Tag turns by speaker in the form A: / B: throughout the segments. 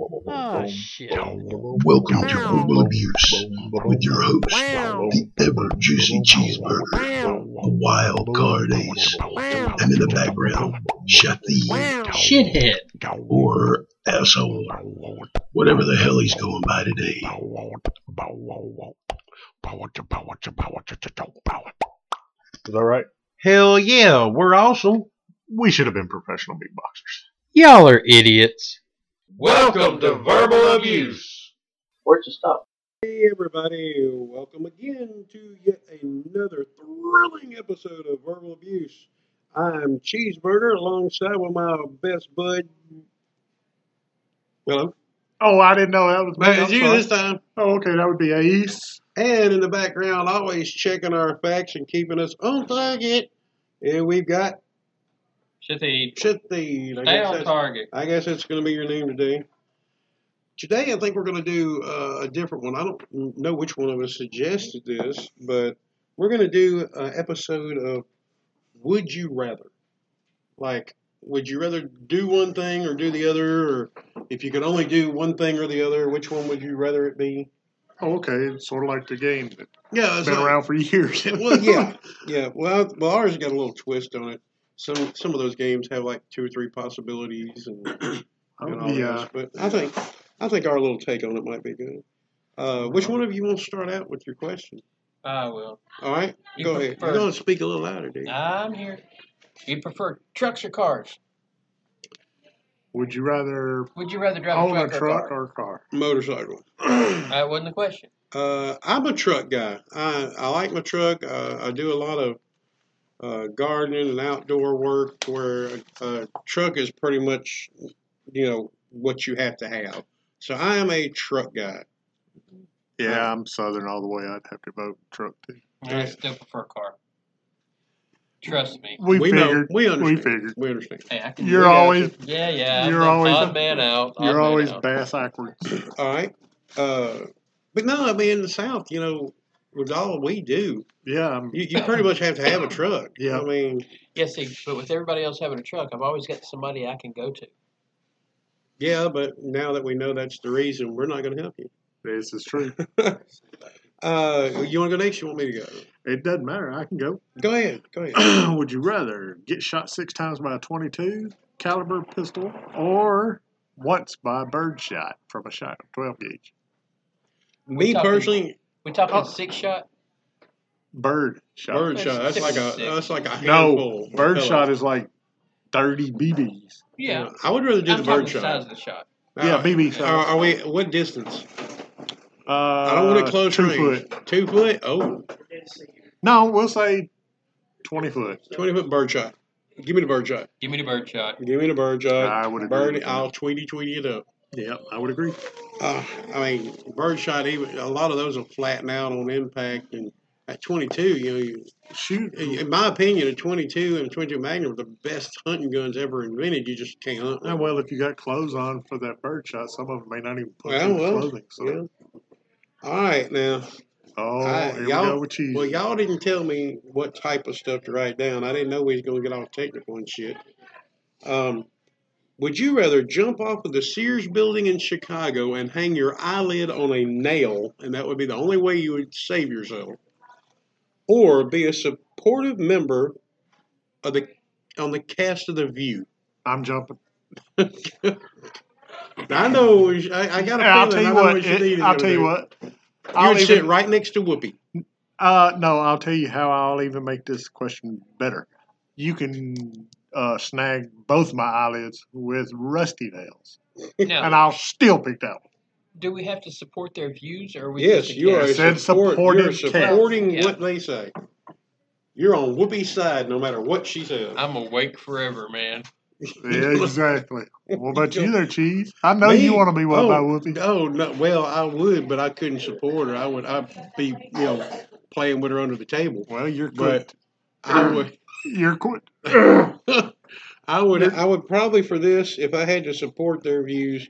A: Oh, shit.
B: Welcome to Verbal Abuse with your host, the ever juicy cheeseburger, the wild card ace, and in the background, Shafi
A: Shithead.
B: or asshole, whatever the hell he's going by today.
C: Is that right?
D: Hell yeah, we're awesome. We should have been professional beatboxers.
A: Y'all are idiots.
E: Welcome to Verbal Abuse.
F: Where'd you stop?
C: Hey everybody, welcome again to yet another thrilling episode of Verbal Abuse. I'm Cheeseburger alongside with my best bud. Hello.
D: Oh, I didn't know that was me. I'm sorry.
C: time.
D: Oh, okay, that would be Ace.
C: And in the background, always checking our facts and keeping us on target. And we've got
A: Shit they
C: Chithy. I
A: Stay
C: guess
A: on
C: that's-
A: target.
C: I guess that's going to be your name today. Today, I think we're going to do uh, a different one. I don't know which one of us suggested this, but we're going to do an episode of Would You Rather? Like, would you rather do one thing or do the other? Or if you could only do one thing or the other, which one would you rather it be?
D: Oh, okay, it's sort of like the game that's
C: Yeah,
D: been around for years.
C: well, yeah, yeah. Well, well, ours got a little twist on it. Some some of those games have like two or three possibilities and and all
D: yeah.
C: this. But I think I think our little take on it might be good. Uh, which one of you want to start out with your question?
A: I will.
C: All right,
A: You Uh,
C: go ahead. You're
A: prefer-
C: going to speak a little louder, dude.
A: I'm here. You prefer trucks or cars?
D: Would you rather
A: Would you rather drive
D: own
A: a
D: a
A: truck,
D: truck
A: or
D: or a car?
C: Motorcycle.
A: a car? That wasn't the question.
C: Uh, I'm a truck guy. I, I like my truck. Uh, I do a lot of uh, gardening and outdoor work where a, a truck is pretty much, you know, what you have to have. So I am a truck guy.
D: Yeah, I'm Southern all the way. I'd have to vote truck too.
A: I still prefer car. Trust me.
D: We,
C: We know.
D: figured.
C: We
D: we
C: understand.
D: figured.
C: We understand.
A: Hey, I can
D: You're
C: got
D: always
A: Yeah, yeah.
D: You're
A: I'm the
D: always-
A: odd man out. odd
D: you're
A: man
D: always
A: out.
D: bass backwards.
C: All right. Uh, but no, I mean, in the South, you know, with all we do,
D: Yeah, I'm,
C: you, you pretty much have to have a truck.
D: Yeah.
C: I mean,
A: Yeah, see, but with everybody else having a truck, I've always got somebody I can go to.
C: yeah, but now that we know that's the reason, we're not going to help you.
D: this is true.
C: Uh, you want to go next? You want me to go?
D: It doesn't matter. I can go.
C: Go ahead. Go ahead.
D: Would you rather get shot six times by a 22 caliber pistol or once by birdshot from a shot 12 gauge?
C: Me
A: talking-
C: personally,
A: We talking
D: Oh.
A: six shot?
D: Bird shot.
C: birdshot. That's
A: Six-
C: like a
A: six.
C: that's like a handful.
D: no,
C: of
D: birdshot
C: pellets.
D: is like 30 BBs.
A: Yeah.
C: I would rather do
A: I'm
C: the
A: talking the
C: birdshot. Uh,
A: size of the shot.
D: yeah, BB
C: Are,
D: shot.
C: are we what distance?
D: Uh,
C: I don't want it close
D: two
C: range.
D: foot.
C: Two foot. Oh,
D: No, we'll say 20 foot.
C: 20 foot birdshot. Give me the birdshot.
A: Give me the bird shot.
C: Give me the birdshot.
D: I would agree.
C: Birdie,
D: with that.
C: I'll tweety tweety it up.
D: yeah, I would agree.
C: Uh, I mean, birdshot. Even a lot of those will flatten out on impact, and at 22, you know, you,
D: Shoot.
C: in my opinion, a 22 and 22 Magnum are the best hunting guns ever invented. You just can't hunt.
D: Yeah,
C: Them.
D: well, if you got clothes on for that birdshot, some of them may not even put
C: Well,
D: on
C: well,
D: clothing. So.
C: Yeah. All right, now.
D: Oh,
C: I-
D: here we
C: y'all-
D: go with cheese.
C: Well, y'all didn't tell me what type of stuff to write down. I didn't know we was gonna get all technical and shit. Um, would you rather jump off of the Sears building in Chicago and hang your eyelid on a nail, and that would be the only way you would save yourself, or be a supportive member of the on the cast of The View?
D: I'm jumping.
C: Now, I know I, I got a
D: Yeah, I'll tell
C: feeling.
D: you
C: I know
D: what.
C: what you
D: it-
C: need is
D: I'll
C: gonna
D: tell you
C: do.
D: what.
C: You
D: I'll
C: would sit
D: even,
C: right next to Whoopi.
D: uh, no, I'll tell you how I'll even make this question better. You can uh, snag both my eyelids with rusty nails,
A: Now,
D: and I'll still pick that one.
A: do we have to support their views, or are we
C: Yes,
A: just
C: you are.
A: against-
D: It said
C: support- you're
D: supporting cat.
C: supporting
A: Yeah.
C: what they say. You're on Whoopi's side, no matter what she says.
A: I'm awake forever, man.
D: Yeah, exactly. What about you there, Cheese? I know
C: Me?
D: you want to be one
C: Oh,
D: by Whoopi.
C: no, no. Well, I would, but I couldn't support her. I would. I'd be, you know, playing with her under the table.
D: Well, you're
C: But
D: quit.
C: I would.
D: You're quit.
C: I would. I would probably for this, if I had to support their views,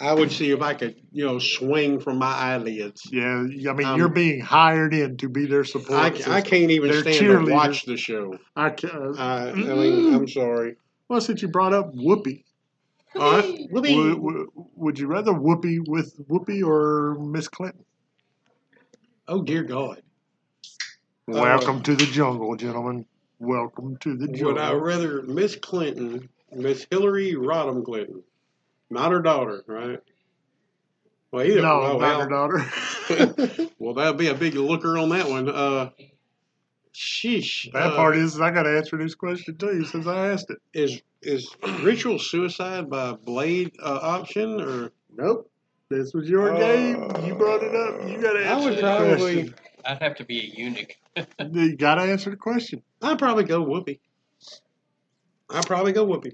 C: I would see if I could, you know, swing from my eyelids.
D: Yeah, I mean,
C: Um,
D: you're being hired in to be their support.
C: I,
D: system.
C: I can't even
D: They're
C: stand to
D: cheerleaders.
C: watch the show.
D: I can't.
C: I, I Mm-hmm. mean, I'm sorry.
D: well, since you brought up Whoopi,
C: All right.
D: Wh- wh- Would you rather Whoopi with Whoopi or Miss Clinton?
C: Oh dear God. Uh,
D: Welcome to the jungle, gentlemen. Welcome to the
C: Would I
D: jungle.
C: rather Miss Clinton, Miss Hillary Rodham Clinton, not her daughter, right? Well, either
D: no,
C: well,
D: not her
C: well,
D: daughter.
C: well, that'd be a big looker on that one. Uh, sheesh.
D: that
C: uh,
D: part is I got to answer this question too since I asked it.
C: is is ritual suicide by blade uh, option or
D: Nope. This was your game. You brought it up. You got to
C: Uh, I
D: answer
C: would
D: the
C: probably-
D: question.
A: I'd have to be a eunuch.
D: You got to answer the question.
C: I'd probably go Whoopi. I'd probably go Whoopi.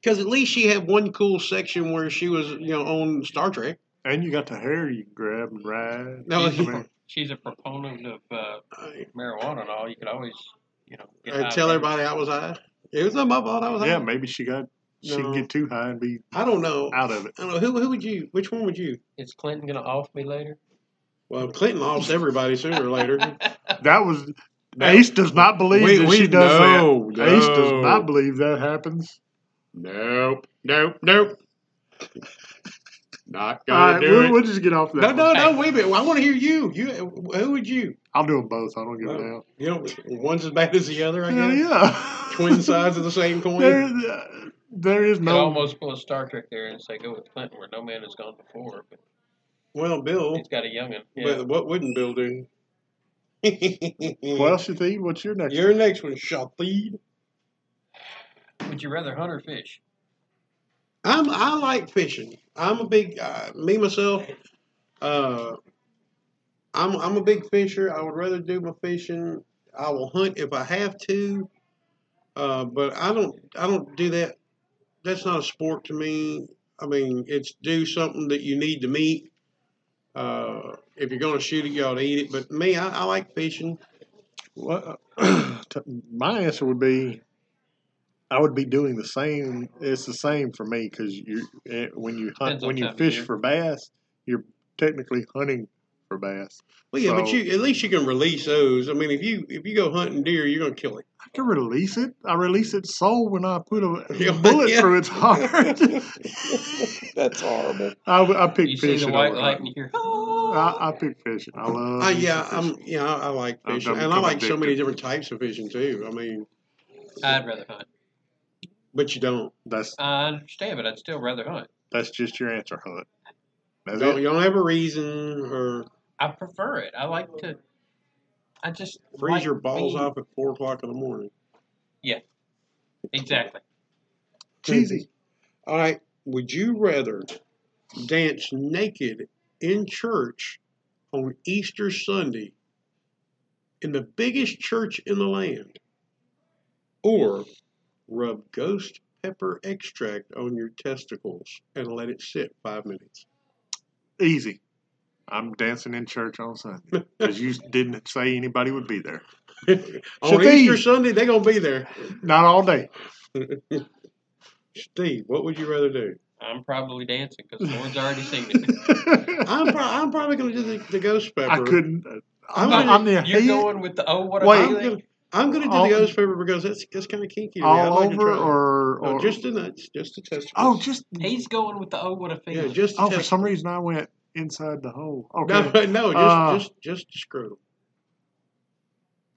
C: Because at least she had one cool section where she was, you know, on Star Trek.
D: And you got the hair you can grab and ride.
C: No,
D: Keep 'em in.
A: She's a proponent of uh,
C: I,
A: marijuana and all. You could always, you know, get
C: I
A: high
C: tell
A: from it.
C: everybody I was high. It was not my fault. I was high.
D: yeah, maybe she got she can
C: No.
D: get too high and be
C: I don't know. I
D: out of it.
C: don't know. Who, who would you, which one would you?
A: Is Clinton gonna off me later?
C: Well, Clinton lost everybody sooner or later.
D: That was
C: That-
D: Ace does not believe
C: We-
D: that
C: we-
D: she does
C: no,
D: that. Ace does
C: no.
D: not believe that happens.
C: Nope. Nope. Nope. Not
D: All right, we'll, we'll just get off that.
C: No,
D: one.
C: no, no. Wait a minute. I want to hear you. You, who would you?
D: I'll do them both. I don't give a damn.
C: You know, one's as bad as the other. I
D: Hell
C: guess.
D: yeah.
C: Twin sides of the same coin.
D: There, there is
A: Could
D: no.
A: almost pull a Star Trek there and say go with Clinton, where no man has gone before, but
C: Well, Bill.
A: he's got a youngin. Yeah.
C: But what wouldn't Bill do?
D: Well, Shatheen, what's your next?
C: your next one, Shafid.
A: Would you rather hunt or fish?
C: I'm. I like fishing. I'm a big uh, me myself. Uh, I'm. I'm a big fisher. I would rather do my fishing. I will hunt if I have to. Uh, but I don't. I don't do that. That's not a sport to me. I mean, it's do something that you need to meet. Uh, if you're going to shoot it, you ought to eat it. But me, I, I like fishing.
D: What, t- my answer would be, I would be doing the same. It's the same for me because you eh, when you hunt
A: Depends on
D: when you
A: time of
D: fish
A: year.
D: for bass, you're technically hunting for bass.
C: Well, yeah, but
D: So-
C: you at least you can release those. I mean, if you if you go hunting deer, you're gonna kill it.
D: I can release it. I release its soul when I put a
C: Yeah,
D: bullet
C: yeah.
D: through its heart.
C: That's horrible.
D: I, would- I pick
A: You see
D: fishing.
A: the white
D: over
A: light and
D: hunting.
A: you hear.
D: I, I pick fishing. I love.
C: Uh,
D: me
C: yeah,
D: some
C: I'm,
D: fishing.
C: yeah, I I like
D: I'm
C: fishing,
D: done
C: and I
D: becoming
C: like so many
D: addicted.
C: different types of fishing too. I mean,
A: I'd rather hunt.
C: but you don't,
D: That's
A: I understand, but I'd still rather hunt.
D: that's just your answer, Hunt. That's
C: don't
D: it.
C: you don't have a reason or
A: I prefer it. I like to. I just
C: freeze
A: like
C: your balls
A: being-
C: off at four o'clock in the morning.
A: Exactly.
D: Cheesy.
C: All right, would you rather dance naked in church on Easter Sunday in the biggest church in the land, or rub ghost pepper extract on your testicles and let it sit five minutes?
D: Easy. I'm dancing in church on Sunday because you didn't say anybody would be there.
C: on
D: Shafiq.
C: Oh, Easter Sunday, they're gonna be there.
D: Not all day.
C: Steve, what would you rather do?
A: I'm probably dancing because Lord's already seen it.
C: I'm, pro- I'm probably going to do the, the ghost pepper.
D: I couldn't. uh, I'm,
C: I'm
D: I'm the
A: You're
D: head
A: going with the oh what a
D: Wait.
C: I'm
A: feeling.
C: going to I'm gonna do
D: All-
C: the ghost pepper because that's that's kind of kinky. to me. I'd
D: all
C: like to
D: over,
C: try it.
D: or,
C: No,
D: or
C: just the nuts, just the testicles.
D: oh, just
A: He's going with the oh what a
C: yeah,
A: feeling.
C: just the
D: oh. For some
C: testicles.
D: reason, I went inside the hole. Okay.
C: No, no, just
D: Uh,
C: just just the scrotum.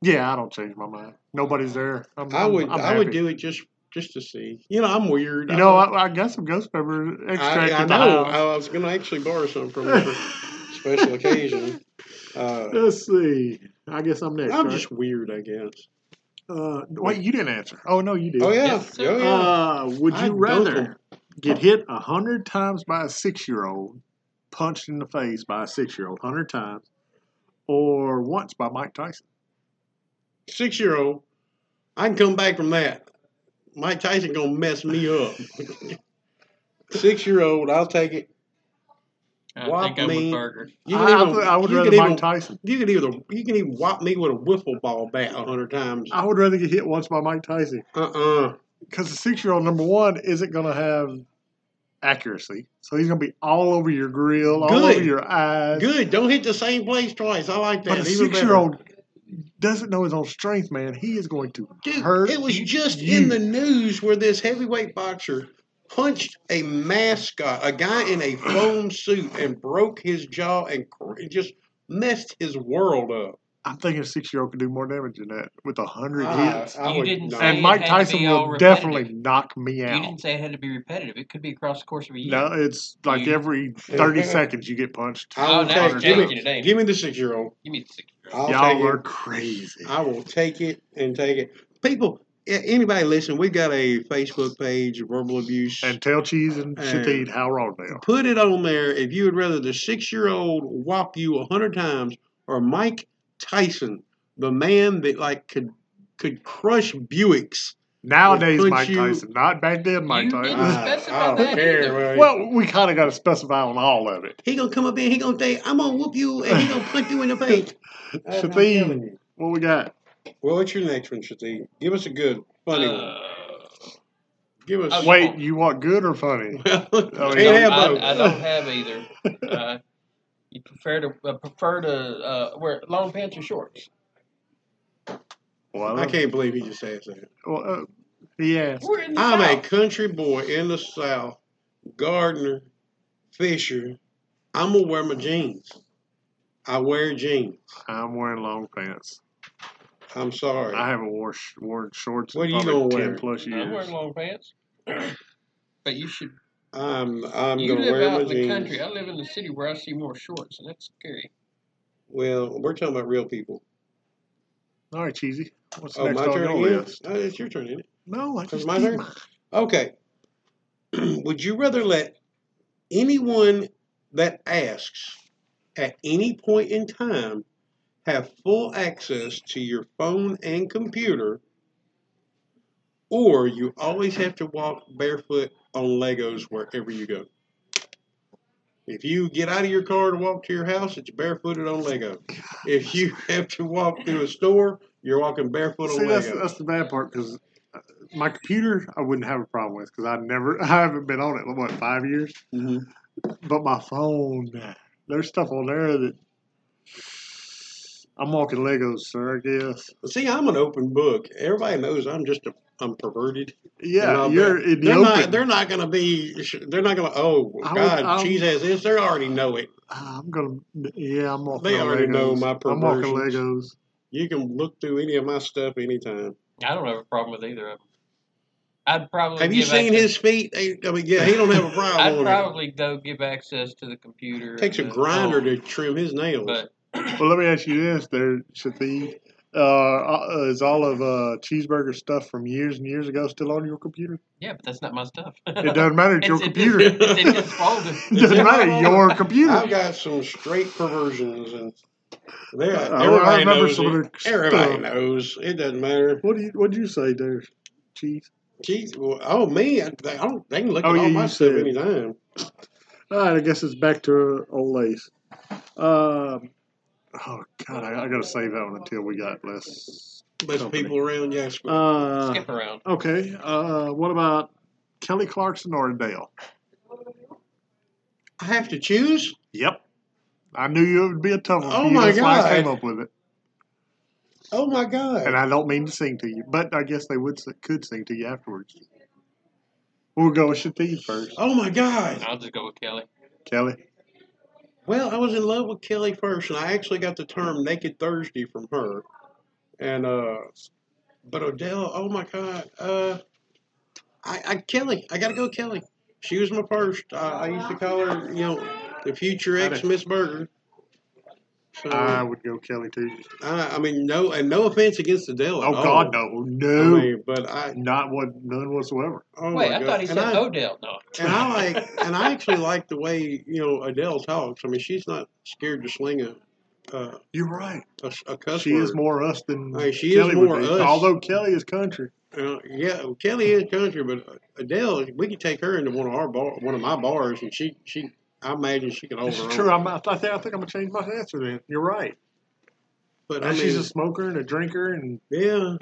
D: Yeah, I don't change my mind. Nobody's there. I'm,
C: I
D: I'm-
C: would
D: I'm
C: i would
D: happy.
C: do it just just to see. You know, I'm weird.
D: You
C: I
D: know,
C: like-
D: I, I got some ghost pepper
C: I,
D: extract.
C: I
D: in the
C: know.
D: house.
C: I was going to actually borrow some from you for special occasion. Uh,
D: Let's see. I guess I'm next.
C: I'm
D: right?
C: just weird, I guess.
D: Uh, wait, you didn't answer. Oh no, you did.
C: Oh yeah,
A: Yes, sir.
C: oh yeah.
D: Uh, would you
C: I dunk 'em.
D: rather get hit a hundred times by a six-year-old, punched in the face by a six-year-old hundred times, or once by Mike Tyson?
C: six year old, I can come back from that. Mike Tyson gonna mess me up. six year old, I'll take it.
A: I
C: Whop
A: think I'm
C: me.
A: with Burger.
C: You
D: I,
C: can
D: I
C: even,
D: would- I would
C: you
D: rather
C: can
D: Mike
C: even,
D: Tyson.
C: you can either you can even whop me with a wiffle ball bat a hundred times. Uh
D: I would rather get hit once by Mike Tyson
C: uh
D: because the six-year-old number one isn't going to have accuracy, so he's going to be all over your grill, all
C: Good.
D: over your eyes.
C: Good. Don't hit the same place twice. I like
D: But
C: that.
D: a
C: even better.
D: six-year-old doesn't know his own strength, man. He is going to
C: Dude,
D: hurt.
C: it was just
D: you.
C: in the news where this heavyweight boxer punched a mascot, a guy in a foam suit, and broke his jaw and cr- just messed his world up.
D: I'm thinking a six year old could do more damage than that with a hundred
C: I-
D: hits.
C: Ah, I
A: You
C: would
A: didn't
C: not-
A: say-
D: and
A: it
D: Mike
A: had to
D: Tyson
A: be all
D: will
A: repetitive.
D: definitely knock me
A: You
D: out.
A: didn't say it had to be repetitive. It could be across the course of a year.
D: No, it's like
A: You-
D: every thirty seconds you get punched.
C: I
A: Oh,
C: will
A: now
C: take,
A: you're
C: give,
A: changing
C: me,
A: it, ain't
C: give me the six year old.
A: You mean six years.
C: I'll take
D: Y'all
C: it.
D: are crazy.
C: I will take it and take it. People, a- anybody listen, we got a Facebook page, verbal abuse.
D: And tell Cheese and Shateed how wrong they are.
C: put it on there if you would rather the six year old whop you a hundred times or Mike Tyson, the man that like could could crush Buicks.
D: Nowadays,
C: Would
D: Mike
C: you-
D: Tyson, not back then, Mike
A: You
D: Tyson.
A: didn't
C: I-
A: specify
C: I don't
A: that
C: care,
A: either.
C: man.
D: Well, we kind of got to specify on all of it.
C: he gonna come up in, he gonna say, "I'm gonna whoop you," and he gonna punch you in the face. I'm
D: Shateen.
C: telling you.
D: What we got?
C: Well, what's your next one, Shati? Give us a good, funny one.
A: Uh,
C: Give us.
A: Oh, yeah.
D: Wait, you want good or funny?
A: I,
D: I
C: Can't
D: mean,
C: have both.
A: I, I don't have either. Uh, you prefer to uh, prefer to uh, wear long pants or shorts?
D: Well,
C: I can't believe he just asked that.
D: Well, uh, yeah.
A: We're in the
C: I'm a
A: South.
C: country boy in the South, gardener, fisher. I'm gonna wear my jeans. I wear jeans.
D: I'm wearing long pants.
C: I'm sorry.
D: I haven't wore sh- worn shorts
C: What
D: in
C: are you
D: probably
C: gonna
D: ten
C: wear?
D: plus
A: I'm
D: years.
A: wearing long pants. But you should.
C: I'm I'm
A: you
C: gonna
A: live
C: wear
A: out
C: my
A: in the
C: jeans.
A: country. I live in the city where I see more shorts, and that's scary.
C: Well, we're talking about real people.
D: All right, cheesy. What's
C: oh,
D: next
C: my
D: on
C: turn
D: your
C: again.
D: list?
C: Oh, it's your turn, isn't it?
D: No, I
C: It's
D: just
C: my
D: did
C: turn?
D: mine.
C: Okay. Would you rather let anyone that asks at any point in time have full access to your phone and computer, or you always have to walk barefoot on Legos wherever you go? If you get out of your car to walk to your house, it's barefooted on Lego. If you have to walk through a store, you're walking barefoot on
D: See, that's,
C: Lego.
D: that's the bad part because my computer I wouldn't have a problem with because I never I haven't been on it what five years.
C: hmm
D: But my phone, there's stuff on there that I'm walking Legos, sir. I guess.
C: See, I'm an open book. Everybody knows I'm just a, I'm perverted. And
D: Yeah,
C: I'll
D: you're
C: bet-
D: in the
C: they're
D: open.
C: Not, they're not going to be. They're not going to. Oh
D: I would-
C: God,
D: I would-
C: cheese has this. They already know it.
D: Ah, I'm gonna. Yeah, I'm walking.
C: They
D: on
C: already
D: Legos.
C: know my
D: I'm walking
C: perversions.
D: Legos.
C: You can look through any of my stuff anytime.
A: I don't have a problem with either of them. I'd probably
C: Have you
A: give
C: seen
A: access-
C: his feet? They- I mean, yeah, he don't have a
A: I'd
C: problem. on
A: probably go give access to the computer.
C: it. Takes a
A: and the
C: grinder
A: phone,
C: to trim his nails.
A: But
D: Well, let me ask you this: There should be. Uh, is all of uh, cheeseburger stuff from years and years ago still on your computer?
A: yeah, but that's not my stuff.
D: It doesn't matter. It's your
A: It's-
D: computer.
A: It's, it's in his folder.
D: It doesn't matter. Your
C: I've
D: computer. Uh,
C: got some straight perversions, and they're,
D: I
C: everybody
D: remember
C: knows.
D: some of
C: It.
D: their
C: Everybody
D: stuff.
C: knows. It doesn't matter.
D: What do you What do you say there, cheese?
C: Jeez, well, oh me, I, they, I don't, they can look
D: Oh,
C: at all
D: yeah,
C: my
D: you
C: stuff
D: said.
C: anytime.
D: All right, I guess it's back to uh, old lace. Um, oh God, I, I gotta save that one until we got less.
C: Less
D: company.
C: people around, yes. but
D: Uh,
A: Skip around.
D: Okay. Uh, what about Kelly Clarkson or Adele?
C: I have to choose.
D: Yep. I knew you would be a tough one. for
C: Oh
D: you.
C: my
D: That's why I came
C: God.
D: up with it.
C: Oh my god!
D: And I don't mean to sing to you, but I guess they would s- could sing to you afterwards. We'll go with Shateen first.
C: oh my god!
A: I'll just go with Kelly.
D: Kelly.
C: Well, I was in love with Kelly first, and I actually got the term "naked Thursday" from her. And uh, but Odell, oh my god, uh, I, I Kelly, I gotta go Kelly. She was my first. I, I used to call her, you know, the future ex Miss Burger. So,
D: I
C: I,
D: would go Kelly too.
C: I mean, no, and no offense against Adele. at
D: Oh
C: all.
D: God, no,
C: I
D: no,
C: mean, but I,
D: not one, none whatsoever.
C: oh
A: Wait,
C: my
A: I
C: God.
A: thought he
C: and
A: said
C: I,
A: Odell. No.
C: and I like, and I actually like the way you know Adele talks. I mean, she's not scared to sling a uh,
D: You're right.
C: a, a cuss
D: She
C: word.
D: is more us than
C: Hey, she is
D: Kelly
C: more
D: would be.
C: us.
D: Although Kelly is country.
C: Uh, yeah, well, Kelly is country, but Adele, we could take her into one of our bar, one of my bars, and she, she, I imagine she could hold
D: This
C: her
D: is
C: own.
D: true. I'm, I, think, I think I'm gonna change my answer then. You're right.
C: But I
D: And
C: mean,
D: she's a smoker and a drinker and
C: yeah.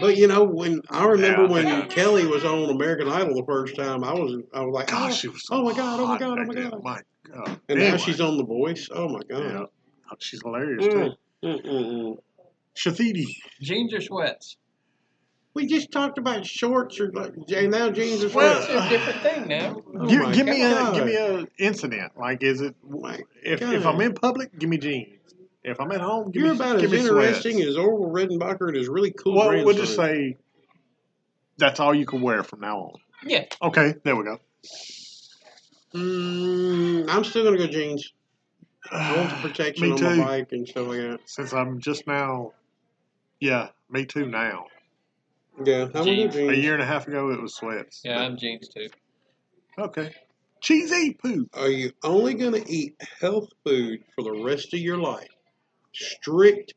C: But you know, when I remember
D: Yeah, I
C: when
D: think I-
C: Kelly was on American Idol the first time, I was, I was like,
D: Gosh,
C: gosh,
D: she was so
C: oh my God, oh my
D: hot
C: God, oh
D: back
C: my
D: then.
C: God.
D: My God.
C: and now
D: Anyway,
C: she's on The Voice. Oh my
D: Yeah.
C: God.
D: Oh, She's hilarious, too.
C: Mm, mm, mm, mm.
D: Shathidi.
A: Jeans or sweats?
C: We just talked about shorts or like and now jeans are
D: Well,
A: It's a different thing now.
C: Oh
D: Gi-
C: my
D: give me
C: God.
D: a give me a incident. Like, is it
C: My
D: if
C: God.
D: if I'm in public, give me jeans. If I'm at home, give
C: You're
D: me
C: about
D: give
C: as
D: me sweats.
C: interesting as Orwell Redenbacher and his really cool
D: well,
C: grandson.
D: we'll just say that's all you can wear from now on.
A: Yeah.
D: Okay, there we go.
C: Mm, I'm still gonna go jeans. I want the protection
D: me
C: on
D: too.
C: my bike and stuff like that.
D: Since I'm just now, yeah, me too. Now,
C: Yeah, I'm gonna go
A: Jeans.
D: a
C: jeans.
D: year and a half ago, it was sweats.
A: Yeah, I'm jeans too.
D: Okay, cheesy poo.
C: Are you only gonna eat health food for the rest of your life? Strict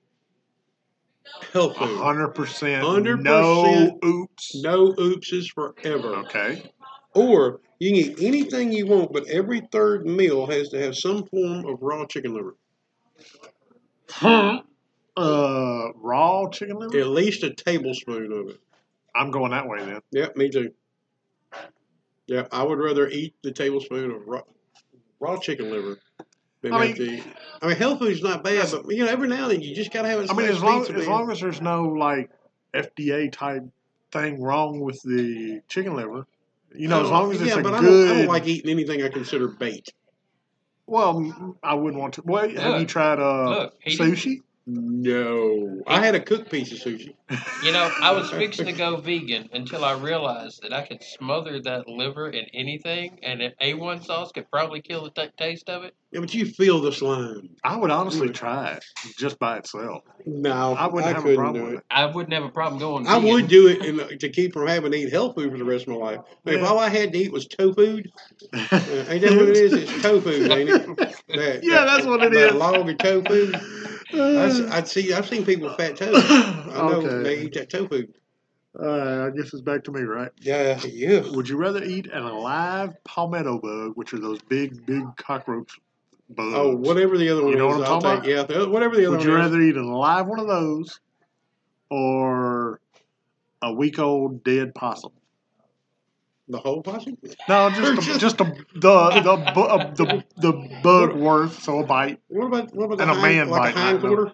C: health
D: A
C: food.
D: hundred percent.
C: 100%.
D: No oops.
C: No oopses forever.
D: Okay.
C: Or you can eat anything you want, but every third meal has to have some form of raw chicken liver.
D: Uh, raw chicken liver.
C: At least a tablespoon of it.
D: I'm going that way then.
C: Yeah, me too. Yeah, I would rather eat the tablespoon of raw, raw chicken liver than
D: I
C: have to eat. I mean, health food's not bad, but you know, every now and then you just gotta have it.
D: I mean, as long as long as there's no like FDA type thing wrong with the chicken liver, you know, as long as it's
C: yeah,
D: a
C: but I
D: good.
C: don't, I don't like eating anything I consider bait.
D: well, m- I wouldn't want to. Well, have you
A: Look,
D: tried uh
A: Look, he didn't-
D: sushi?
C: No, I had a cooked piece of sushi.
A: you know, I was fixing to go vegan until I realized that I could smother that liver in anything, and if A1 sauce could probably kill the t- taste of it.
C: Yeah, but you feel the slime.
D: I would honestly
C: Mm.
D: try it just by itself.
C: No,
D: I wouldn't have a
C: Oh, couldn't
D: problem
C: do
D: with
C: it.
D: it.
A: I wouldn't have a problem going.
C: I
A: vegan.
C: would do it in, to keep from having to eat health food for the rest of my life. But if
D: Yeah.
C: all I had to eat was tofu, uh, ain't that what it is? It's tofu, ain't it? That-
D: yeah, that's what it
C: that
D: is.
C: log of tofu. I s- I'd see. I've seen people with fat toes. I know they
D: okay.
C: eat that tofu.
D: Uh, I guess it's back to me, right?
C: Yeah, yeah.
D: Would you rather eat an alive palmetto bug, which are those big, big cockroach bugs?
C: Oh, whatever the other one
D: You know
C: is,
D: what I'm
C: I'll
D: talking
C: take. Yeah, the- whatever the other
D: Would you
C: one is.
D: rather eat an alive one of those or a week old dead possum?
C: The whole posse.
D: No, just a, just a, the the bu- uh, the the bug worth, so a bite.
C: What about what about the
D: And a
C: hind-
D: man
C: like
D: bite,
C: a
D: right?
C: hindquarter?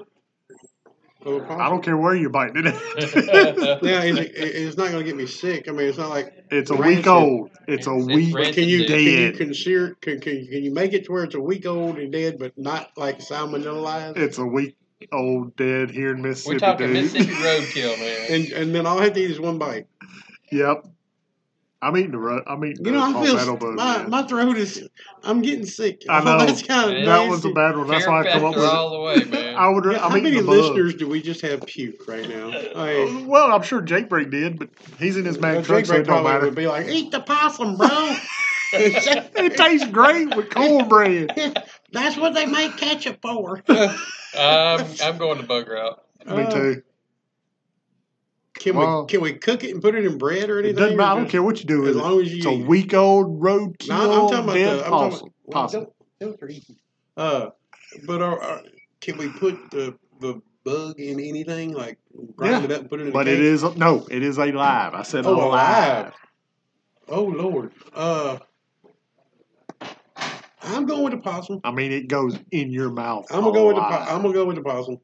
C: Of a
D: I
C: possum?
D: don't care where you bite it.
C: Yeah, is it, it- it's not going to get me sick. I mean, it's not like.
D: it's a
C: Rancid.
D: week old. It's a
A: It's- it's
D: week.
A: rancid.
C: Can you can you
D: Dead.
C: consider can, can, can you make it to where it's a week old and dead, but not like salmonella?
D: It's a week old dead here in Mississippi.
A: We're talking
D: dude.
A: Mississippi roadkill, man.
C: And and then all I have to eat is one bite.
D: yep. I'm eating the ru- I'm eating
C: You know,
D: the
C: I
D: palmetto
C: feel
D: bug.
C: my,
D: man.
C: my throat is. I'm getting sick.
D: I know.
C: That's kind
A: That
C: of
D: that was a bad one. That's
A: Fear
D: why I come up
A: factor
D: with.
A: all the way,
D: it. I
A: man.
D: would.
C: Yeah,
D: I'm
C: how
D: eating
C: many
D: the bug.
C: listeners do we just have puke right now? I mean,
D: Well, I'm sure Jake Break did, but he's in his
C: well,
D: Mack
C: Jake
D: truck, so
C: Ray
D: it don't
C: probably
D: matter.
C: would be like, "Eat the possum, bro."
D: It tastes great with cornbread.
C: That's what they make ketchup for.
A: I'm, I'm going the bug route.
C: Uh,
D: Me too.
C: Can
D: Well-
C: we can we cook it and put it in bread or
D: It
C: anything?
D: doesn't
C: or
D: matter. I don't
C: just-
D: care what you do with
C: As
D: it.
C: long as you
D: It's a
C: eat.
D: week old roadkill
C: No, I'm talking about
D: dead
C: the. I'm
D: possum.
C: talking about,
D: possum.
C: Well, don't, don't eat. Uh, but are, are, can we put the the bug in anything? Like grind it up, and put it in.
D: But
C: a
D: it
C: cake?
D: is no, it is alive. I said
C: Oh,
D: alive.
C: alive. Oh Lord. Uh, I'm going with the possum.
D: I mean, it goes in your mouth.
C: I'm gonna go with the po-
D: alive.
C: I'm gonna go with the possum.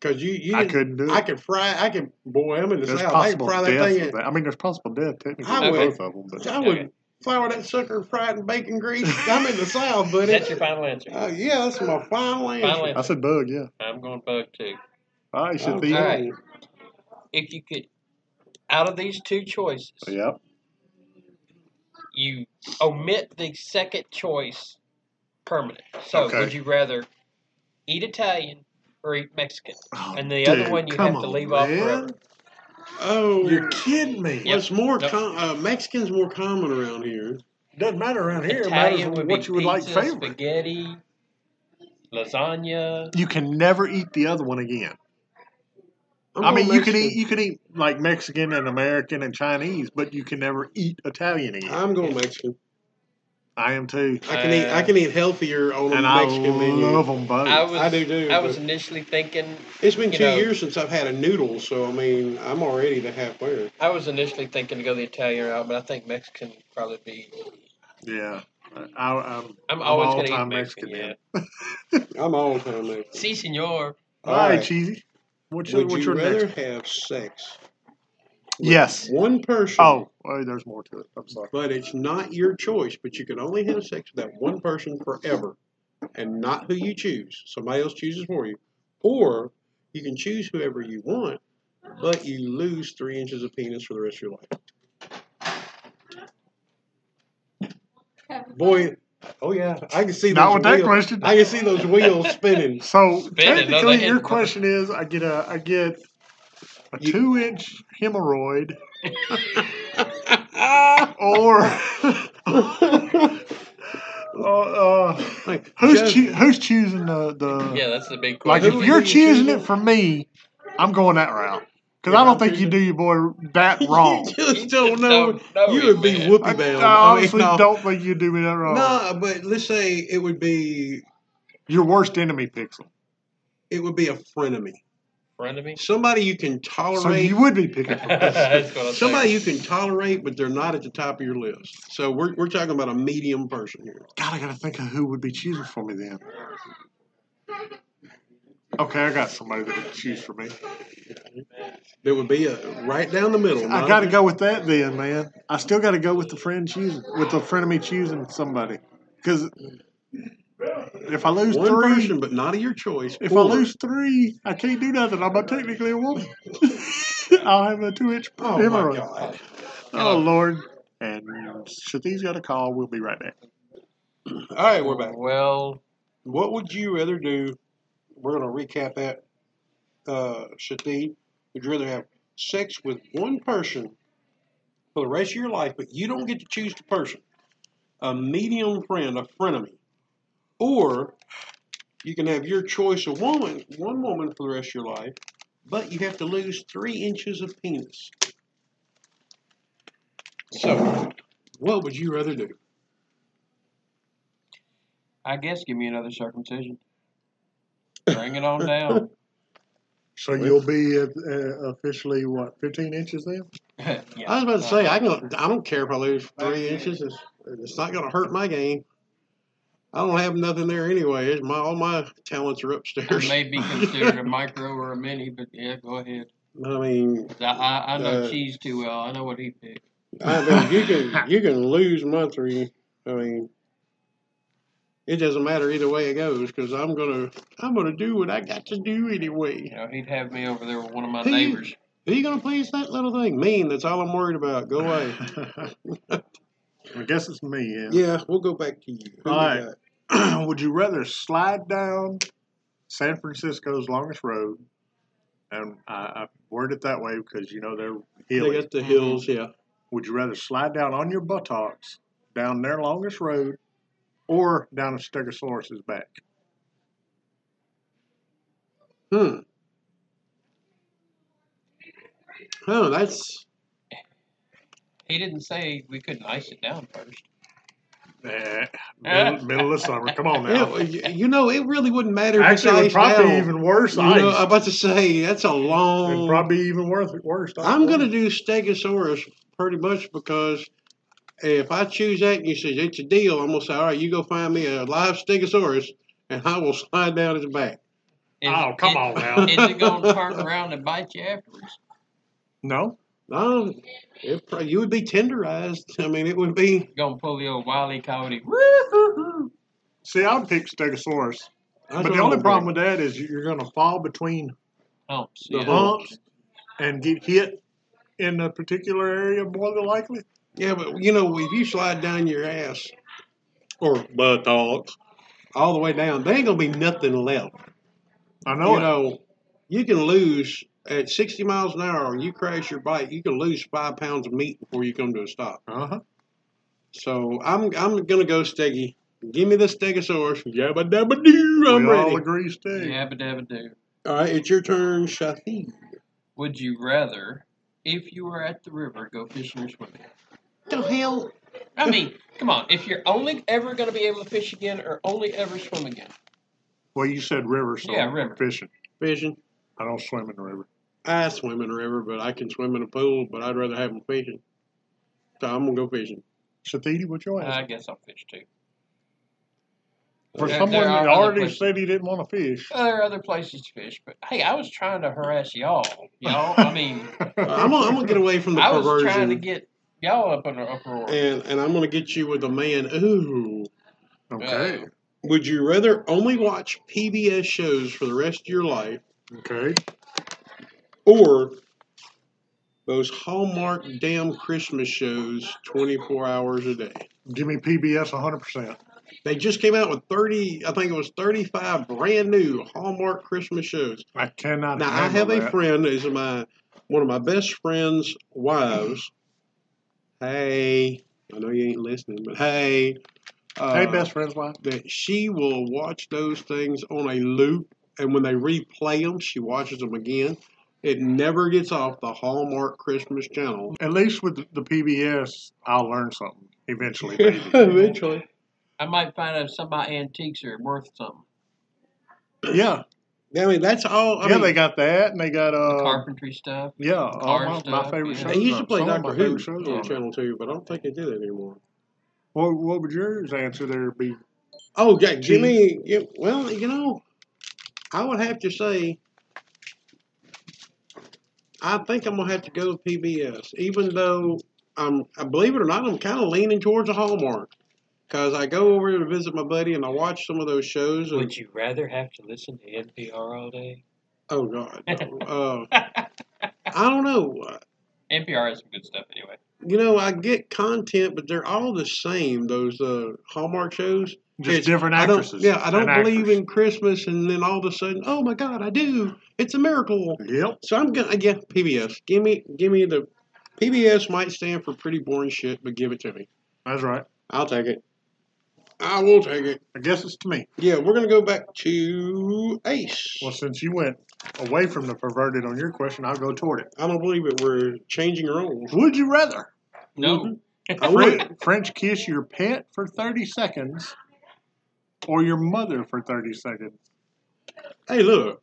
C: Cause you you
D: I
C: didn't-
D: couldn't do it.
C: I could fry I could boy I'm in the
D: there's
C: south I could
D: possible
C: fry that
D: death.
C: thing
D: with that. I mean, there's possible death technically
C: I
D: for
A: would-
D: both of them.
C: in.
D: But
C: I would flour that sucker fry it in bacon grease. I'm in the south, buddy.
A: That's your final answer.
C: Uh, yeah, that's my final answer.
A: Final
D: I
A: answer.
D: said bug. Yeah.
A: I'm going bug too.
D: All right, should
C: Okay.
D: be.
A: Alright. If you could, out of these two choices,
D: Yep.
A: you omit the second choice permanent. So
D: Okay.
A: would you rather eat Italian or eat Mexican?
D: Oh,
A: And the
D: dude,
A: other one you
D: come
A: have to
D: on,
A: leave off
D: man.
A: forever.
C: Oh,
D: You're kidding me.
A: Yep.
C: what's more
A: Nope.
C: com- uh, Mexicans more common around here?
D: Doesn't matter around here. It matters
A: Italian would be
D: what you would like
A: pizza,
D: favorite.
A: spaghetti, lasagna.
D: You can never eat the other one again.
C: I'm
D: I mean,
C: going
D: you could
C: Mexican.
D: eat you could eat like Mexican and American and Chinese, but you can never eat Italian again.
C: I'm going Mexican.
D: I am too,
C: I can eat I can eat healthier on a
D: and I
C: Mexican menu.
D: love them both.
A: Uh, I was
C: I do too,
A: I was
C: but-
A: initially thinking
C: It's been
A: you
C: two
A: know-
C: years since I've had a noodle, so I mean I'm already to halfway. there.
A: I was initially thinking to go the Italian route, but I think Mexican would probably be.
D: yeah, I, I'm,
A: I'm
D: I'm
A: always
D: all
A: going to eat
D: time
A: Mexican.
D: Mexican.
A: yeah.
D: man.
C: I'm all time Mexican.
A: Si, senor.
D: All right,
C: Alright.
D: cheesy. What's your
C: Would
D: what's
C: you
D: your
C: rather
D: next?
C: have sex with
D: Yes.
C: One person.
D: Oh, oh, there's more to it. I'm sorry.
C: But it's not your choice. But you can only have sex with that one person forever, and not who you choose. Somebody else chooses for you, or you can choose whoever you want, but you lose three inches of penis for the rest of your life. Boy, oh yeah, I can see
D: Not
C: those
D: with that
C: wheels.
D: question.
C: I can see those wheels spinning.
D: So
A: another
D: technically, your
A: hand.
D: question is, I get a, I get a
C: You-
D: two-inch hemorrhoid, or uh, uh,
C: Like,
D: who's
C: just-
D: choo- who's choosing the the?
A: Yeah, that's the big
D: Like
A: question.
D: if
C: Who
D: you're
C: do you choose
D: choosing it
C: it?
D: for me, I'm going that route because I
C: Yeah,
D: don't
C: I'm
D: think you
C: choosing-
D: do your boy that wrong.
C: you just
A: You
C: don't
A: just
C: know.
A: don't know
C: you
A: him,
C: would be
A: man.
D: I,
C: whoopee bound.
D: I
C: mean,
D: honestly
C: no.
D: don't think you do me that wrong.
C: No, but let's say it would be
D: Your worst enemy, Pixel.
C: it would be a frenemy.
A: Friend of me.
C: Somebody you can
D: So
C: tolerate.
D: you would be picking. For
A: That's what I'm
C: somebody
A: saying.
C: you can tolerate, but they're not at the top of your list. So we're we're talking about a medium person here.
D: God, I gotta think of who would be choosing for me then. Okay, I got somebody that would choose for me.
C: There would be a right down the middle.
D: I
C: not-
D: gotta go with that then, man. I still gotta go with the friend choosing, with the friend of me choosing somebody, because if I lose
C: one
D: three,
C: person, but not of your choice.
D: if
C: or-
D: I lose three, I can't do nothing. I'm a technically a woman. I'll have a two-inch
C: oh
D: hemorrhoid.
C: my god,
D: Oh Lord! And Shathi's got a call. We'll be right back.
C: all right, we're back.
A: Well,
C: What would you rather do? We're going to recap that. Uh, Shadid, would you rather have sex with one person for the rest of your life, but you don't get to choose the person? A medium friend, a frenemy. Or you can have your choice of woman, one woman for the rest of your life, but you have to lose three inches of penis. So, what would you rather do?
A: I guess give me another circumcision. Bring it on down.
D: So
C: you'll
D: be uh, officially what 15 inches then?
A: Yeah.
C: I was about to say, I, can, I don't care if I lose three inches. It's, it's not going to hurt my game. I don't have nothing there anyway. It's my all my talents are
A: It
C: upstairs.
A: may be considered a micro or a mini, but yeah, go ahead.
C: I mean,
A: I, I, I know
C: Uh,
A: cheese too well. I know what he picked.
C: I mean, you can you can lose my three. I mean, it doesn't matter either way it goes because I'm gonna I'm gonna do what I got to do anyway.
A: You know, he'd have me over there with one of my
C: Who you-
A: neighbors.
C: Who you gonna please that little thing? Mean. That's all I'm worried about. Go away.
D: I guess it's me. Yeah.
C: yeah, we'll go back to you. Who
D: All
C: we
D: right.
C: got?
D: would you rather slide down San Francisco's longest road? And I, I word it that way because you know they're hilly.
C: They got the hills. Yeah.
D: would you rather slide down on your buttocks down their longest road or down a Stegosaurus's back?
C: Hmm. Oh, that's
A: He didn't say we couldn't ice it down first. Ah,
D: Eh, middle, middle of summer. Come on now.
C: it, you- you know it really wouldn't matter. if it's
D: Actually, it would
C: iced
D: probably
C: down.
D: even worse
C: You
D: ice.
C: know, I'm about to say that's a
D: It'd
C: long.
D: probably even worth it worse.
C: I'm going to do Stegosaurus pretty much because if I choose that and you say it's a deal, I'm going to say, all right, you go find me a live Stegosaurus and I will slide down his back.
A: Is-
D: Oh, come
A: is-
D: on now.
A: Is it going to turn around and bite you afterwards?
D: No.
C: No, Um, it, pro- you would be tenderized. I mean, it would be.
A: Going to pull the old wily coyote.
D: See, I would pick Stegosaurus.
C: that's
D: but
C: what
D: the
C: I'm
D: only
C: gonna
D: problem
C: do.
D: with that is you're going to fall between
A: Humps.
C: The
A: Yeah.
C: hump.
D: humps and get hit in a particular area more than likely.
C: Yeah, but you know, if you slide down your ass or buttocks all the way down, there ain't going to be nothing left.
D: I know
C: you
D: it.
C: know, you can lose at 60 miles an hour. You crash your bike, you can lose five pounds of meat before you come to a stop.
D: Uh-huh.
C: So I'm I'm gonna go Steggy. Give me the Stegosaurus. Yabba dabba doo. I'm
D: we
C: ready.
D: all agree, Steve.
A: Yabba dabba doo.
C: All right, it's your turn, Shafi.
A: Would you rather, if you were at the river, go fishing or swimming?
C: The hell?
A: I mean, come on. If you're only ever going to be able to fish again or only ever swim again,
D: Well, you said river, so
A: Yeah,
D: I'm
A: river.
D: fishing.
C: Fishing.
D: I don't swim in the river.
C: I swim in a river, but I can swim in a pool. But I'd rather have them fishing. So I'm gonna go fishing.
D: Shathidi, what your ass?
A: I guess I'll fish too.
D: For
A: There-
D: someone
A: there
D: that
A: are other
D: already
A: places.
D: said he didn't want to fish.
A: There are other places to fish, but hey, I was trying to harass y'all. Y'all, I mean,
C: Uh, I'm gonna, I'm gonna get away from the
A: I was
C: perversion.
A: trying to get y'all up in an uproar.
C: and and I'm gonna get you with a man. Ooh,
A: Uh,
D: Okay.
C: would you rather only watch PBS shows for the rest of your life,
D: Okay.
C: or those Hallmark damn Christmas shows 24 hours a day?
D: Give me PBS 100%.
C: They just came out with 30, I think it was 35 brand new Hallmark Christmas shows.
D: I cannot.
C: Now I
D: handle
C: have a
D: that.
C: friend. These are my one of my best friends' wives. Hey, I know you ain't listening, but hey, uh,
D: Hey, best friends, wife.
C: that she will watch those things on a loop, and when they replay them, she watches them again. It never gets off the Hallmark Christmas channel.
D: At least with the PBS, I'll learn something eventually. Maybe.
C: Eventually,
A: I might find out if some of my antiques are worth something.
D: yeah.
C: I mean that's all. I
D: yeah,
C: mean,
D: they got that, and they got
A: The
D: uh,
A: carpentry stuff.
D: yeah, all my,
A: cars
D: my
A: stuff,
D: favorite
A: yeah.
D: shows.
C: they used to
D: are-
C: play
D: some of
C: Doctor
D: my
C: Who
D: favorite shows
C: on
D: are.
C: Channel Two, but I don't think they do that anymore.
D: What, what would yours answer there be?
C: Oh, yeah,
D: Gee.
C: Jimmy. yeah, Well, you know, I would have to say, I think I'm gonna have to go with PBS, even though I'm, I believe it or not, I'm kind of leaning towards a Hallmark because I go over to visit my buddy and I watch some of those shows. And,
A: Would you rather have to listen to NPR all day?
C: oh God, no. uh, I don't know.
A: NPR has some good stuff anyway.
C: You know, I get content, but they're all the same. Those uh, Hallmark shows.
D: Just
C: It's-
D: different
C: I don't,
D: actresses.
C: yeah, I don't
D: and
C: believe in Christmas, and then all of a sudden, oh my God, I do! It's a miracle.
D: actors. Yep.
C: So I'm gonna yeah PBS. Give me give me the PBS might stand for pretty boring shit, but give it to me.
D: That's right.
C: I'll take it. I will take it.
D: I guess it's to me.
C: Yeah, we're gonna go back to Ace.
D: Well, since you went away from the perverted on your question, I'll go toward it.
C: I don't believe it. We're changing roles.
D: Would you rather
A: No.
C: I
D: French,
C: would.
D: French kiss your pet for 30 seconds or your mother for 30 seconds?
C: Hey, look.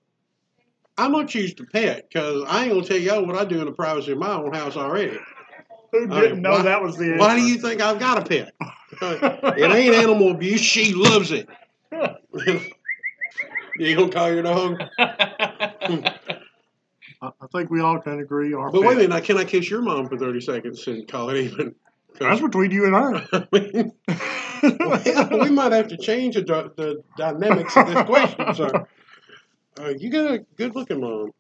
C: I'm gonna choose the pet because I ain't gonna tell y'all what I do in the privacy of my own house already.
D: Who
C: All right,
D: didn't know
C: Oh, why-
D: that was the answer?
C: Why do you think I've got a pet? It ain't animal abuse. She loves it. you gonna call your dog?
D: I I think we all can agree. Our
C: But wait a
D: pet-
C: minute, now, can I kiss your mom for 30 seconds and call it even?
D: That's between you and her.
C: I mean, we might have to change the, dy- the dynamics of this question, sir. Uh, you got a good looking mom.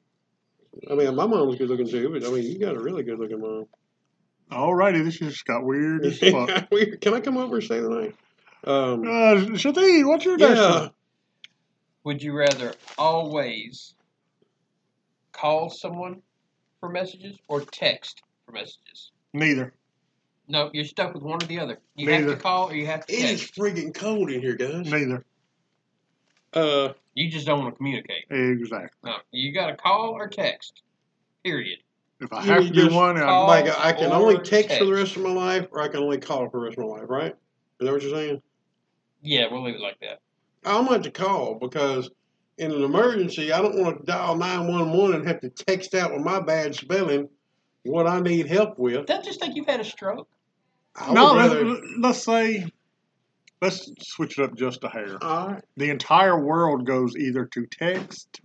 C: I mean, my mom's good looking too, but I mean, you got a really good looking mom.
D: Alrighty, this just got weird as fuck.
C: We- can I come over and stay the night? Um,
D: Uh, Shadi, what's your next
C: yeah.
D: one?
A: Would you rather always call someone for messages or text for messages?
D: Neither.
A: No, you're stuck with one or the other. You have
D: Neither.
A: to call or you have to
C: It is
A: text.
C: friggin' cold in here, guys.
D: Neither.
C: Uh,
A: You just don't want to communicate.
D: Exactly.
A: No, you got to call or text. Period.
D: If I
C: You
D: have to do
C: just
D: one,
A: call-
D: I'll,
C: like, I can only
A: or
C: text, for the
A: text.
C: rest of my life, or I can only call for the rest of my life, right? Is that what you're saying?
A: Yeah, we'll leave it like that.
C: I'm going to call because in an emergency, I don't want to dial 911 and have to text out with my bad spelling what I need help with.
A: They'll just think you've had a stroke.
C: I
D: no.
C: would
D: Let's,
C: rather.
D: let's say, let's switch it up just a hair.
C: All right.
D: The entire world goes either to text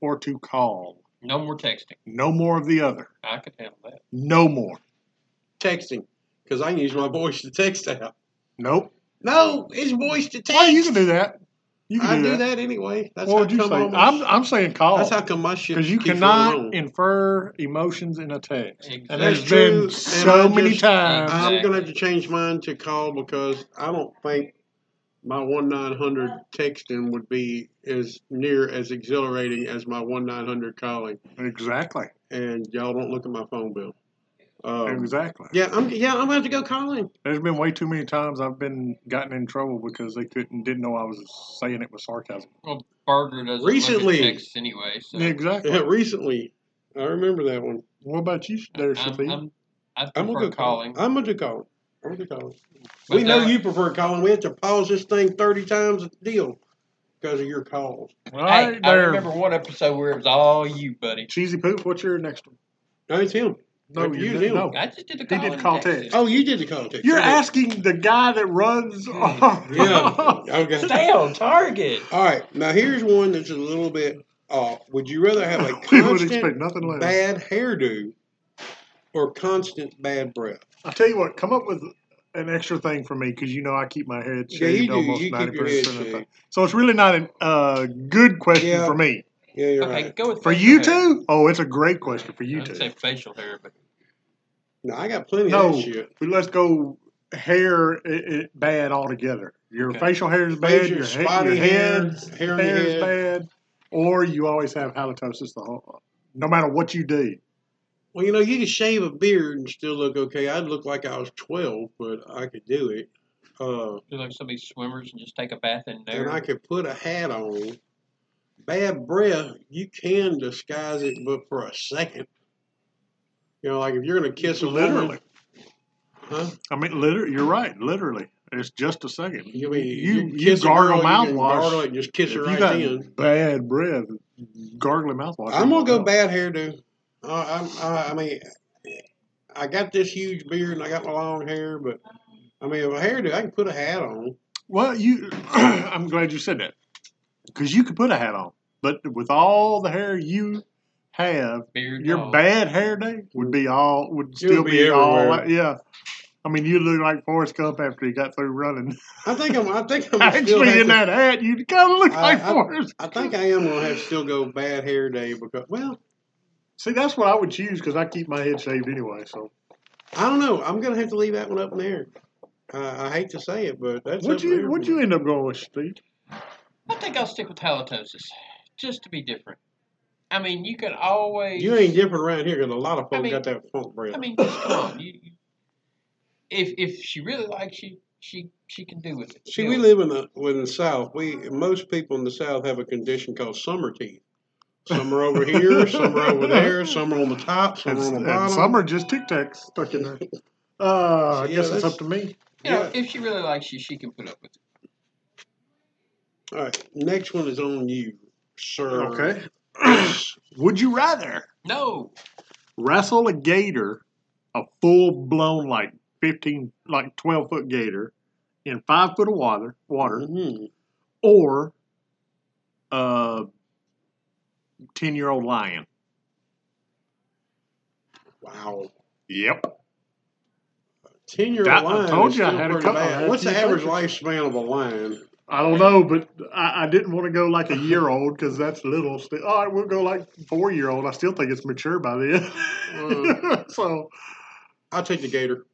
D: or to call.
A: No more texting.
D: No more of the other.
A: I could handle that.
D: No more.
C: Texting because I can use my voice to text out.
D: Nope.
C: No, it's voice to text.
D: Well, you can do that. You can
C: I
D: do, that.
C: anyway. That's
D: What
C: how
D: would you
C: come
D: say?
C: all my-
D: I'm, I'm saying call.
C: That's how come my shit.
D: Because you
C: keeps
D: cannot
C: rolling.
D: infer emotions in a text. And
A: That's
D: there's been
C: true,
D: so
C: and I
D: many
C: just-
D: times.
C: I'm gonna have to change mine to call because I don't think my one nine hundred texting would be as near as exhilarating as my one nine hundred calling.
D: exactly.
C: And y'all don't look at my phone bill. Um,
D: exactly.
C: yeah, I'm yeah I'm gonna have to go calling.
D: There's been way too many times I've been gotten in trouble because they couldn't didn't know I was saying it with sarcasm.
A: Well, Barger doesn't
C: Recently-
A: look at texts anyway. So
D: exactly.
C: Yeah, recently I remember that one.
D: What about you there,
A: I'm,
D: Shafi?
A: I'm, I
C: I'm gonna
A: prefer
C: go calling.
A: calling.
C: I'm gonna do calling. I'm gonna do calling.
A: but
C: we know
A: there-
C: you prefer calling. We have to pause this thing thirty times a deal because of your calls.
D: All
A: Hey,
D: right,
A: I
D: there.
A: remember one episode where it was all you, buddy.
D: Cheesy Poop, what's your next one?
C: No, it's him.
D: No,
C: You
D: you
C: knew.
D: no.
A: I just did a
D: They
A: call.
D: Oh, did
A: in
D: call
A: Texas.
D: text.
C: Oh, you did the contact.
D: You're
C: Okay.
D: asking the guy that runs. off.
C: Yeah. Okay.
A: Stay on target.
C: All right. Now here's one that's a little bit off. Would you rather have a
D: we would expect
C: constant
D: nothing less.
C: bad hairdo or constant bad breath?
D: I'll tell you what. Come up with an extra thing for me because you know I keep my head
C: Yeah,
D: shaved
C: you do.
D: almost
C: You
D: ninety
C: keep your head
D: percent of the
C: shaved.
D: time. So it's really not a uh, good question
C: Yeah.
D: for me.
C: Yeah, you're
A: Okay,
C: right.
A: go with
D: For
A: facial
D: you
A: hair.
D: two? Oh, it's a great question for you
A: I'd
D: two.
A: say facial hair, but
C: No, I got plenty
D: No.
C: of that shit.
D: But let's go hair i i bad altogether. Your
A: Okay.
D: facial hair is bad.
C: Facial,
D: your, he-
C: spotty
D: your
C: hair,
D: head's hair,
C: hair on your
D: is
C: head.
D: bad, or you always have halitosis the whole, no matter what you do.
C: Well, you know, you could shave a beard and still look okay. I'd look like I was 12, but I could do it. Uh,
A: do like some of these swimmers and just take a bath in there.
C: and I could put a hat on. Bad breath, you can disguise it, but for a second. You know, like if you're going to kiss a woman-
D: Literally.
C: Huh?
D: I mean, literally, you're right. Literally, it's just a second.
C: You mean
D: You-
C: you,
D: you
C: kiss a
D: gargle
C: girl, you can
D: mouthwash.
C: gargle it and just kiss
D: If
C: her
D: you
C: right
D: got
C: then.
D: bad breath, gargling mouthwash.
C: I'm gonna go
D: help.
C: bad hairdo. Uh, I'm, I, I mean, I got this huge beard and I got my long hair, but I mean, with a hairdo, I can put a hat on.
D: Well, you, I'm glad you said that because you could put a hat on, but with all the hair you have,
A: Beard
D: your
A: bald.
D: bad hair day would be all would still
C: be
D: be, all
C: everywhere.
D: yeah. I mean, you look like Forrest Gump after he got through running.
C: I think I'm. I think I'm gonna still
D: Actually,
C: have
D: in
C: to-
D: that hat, you kind of look
C: I-
D: like
C: I-
D: Forrest.
C: I think I am gonna have to still go bad hair day because well,
D: See, that's what I would choose because I keep my head shaved anyway. So,
C: I don't know. I'm gonna have to leave that one up in there. Uh, I hate to say it, but that's
D: what
C: up there.
D: you what you end up going with, Steve?
A: I think I'll stick with halitosis, just to be different. I mean, you can always.
C: You ain't different around here because a lot of folks
A: I mean-
C: got that funk breath.
A: I mean, just come on. You, you- if if she really likes you, she she can do with it.
C: See,
A: Deal
C: we
A: with
C: live in the in the South. We most people in the South have a condition called summer teeth. Some are over here, some are over there, some are on the top, some
D: And,
C: are on the
D: and
C: bottom.
D: some are just tic tacs stuck in there. Uh, I
C: Yeah,
D: guess it's
C: that's-
D: up to me.
A: it. You know,
C: yeah.
A: if she really likes you, she can put up with it.
C: All right, next one is on you, sir.
D: Okay. Would you rather
A: No,
D: wrestle a gator, a full blown like fifteen, like twelve foot gator, in five foot of water, water,
C: Mhm.
D: or a ten year old lion?
C: Wow.
D: Yep.
C: Ten year old
D: That- I
C: lion.
D: told
C: is
D: you I
C: still
D: had a
C: pretty
D: couple- I
C: bad.
D: had
C: What's
D: a
C: the
D: few
C: average
D: pictures.
C: lifespan of a lion?
D: I don't know, but I, I didn't want to go like a year old because that's little. Sti- All right, we'll go like four year old. I still think it's mature by then.
C: Mm.
D: so
C: I'll take the gator.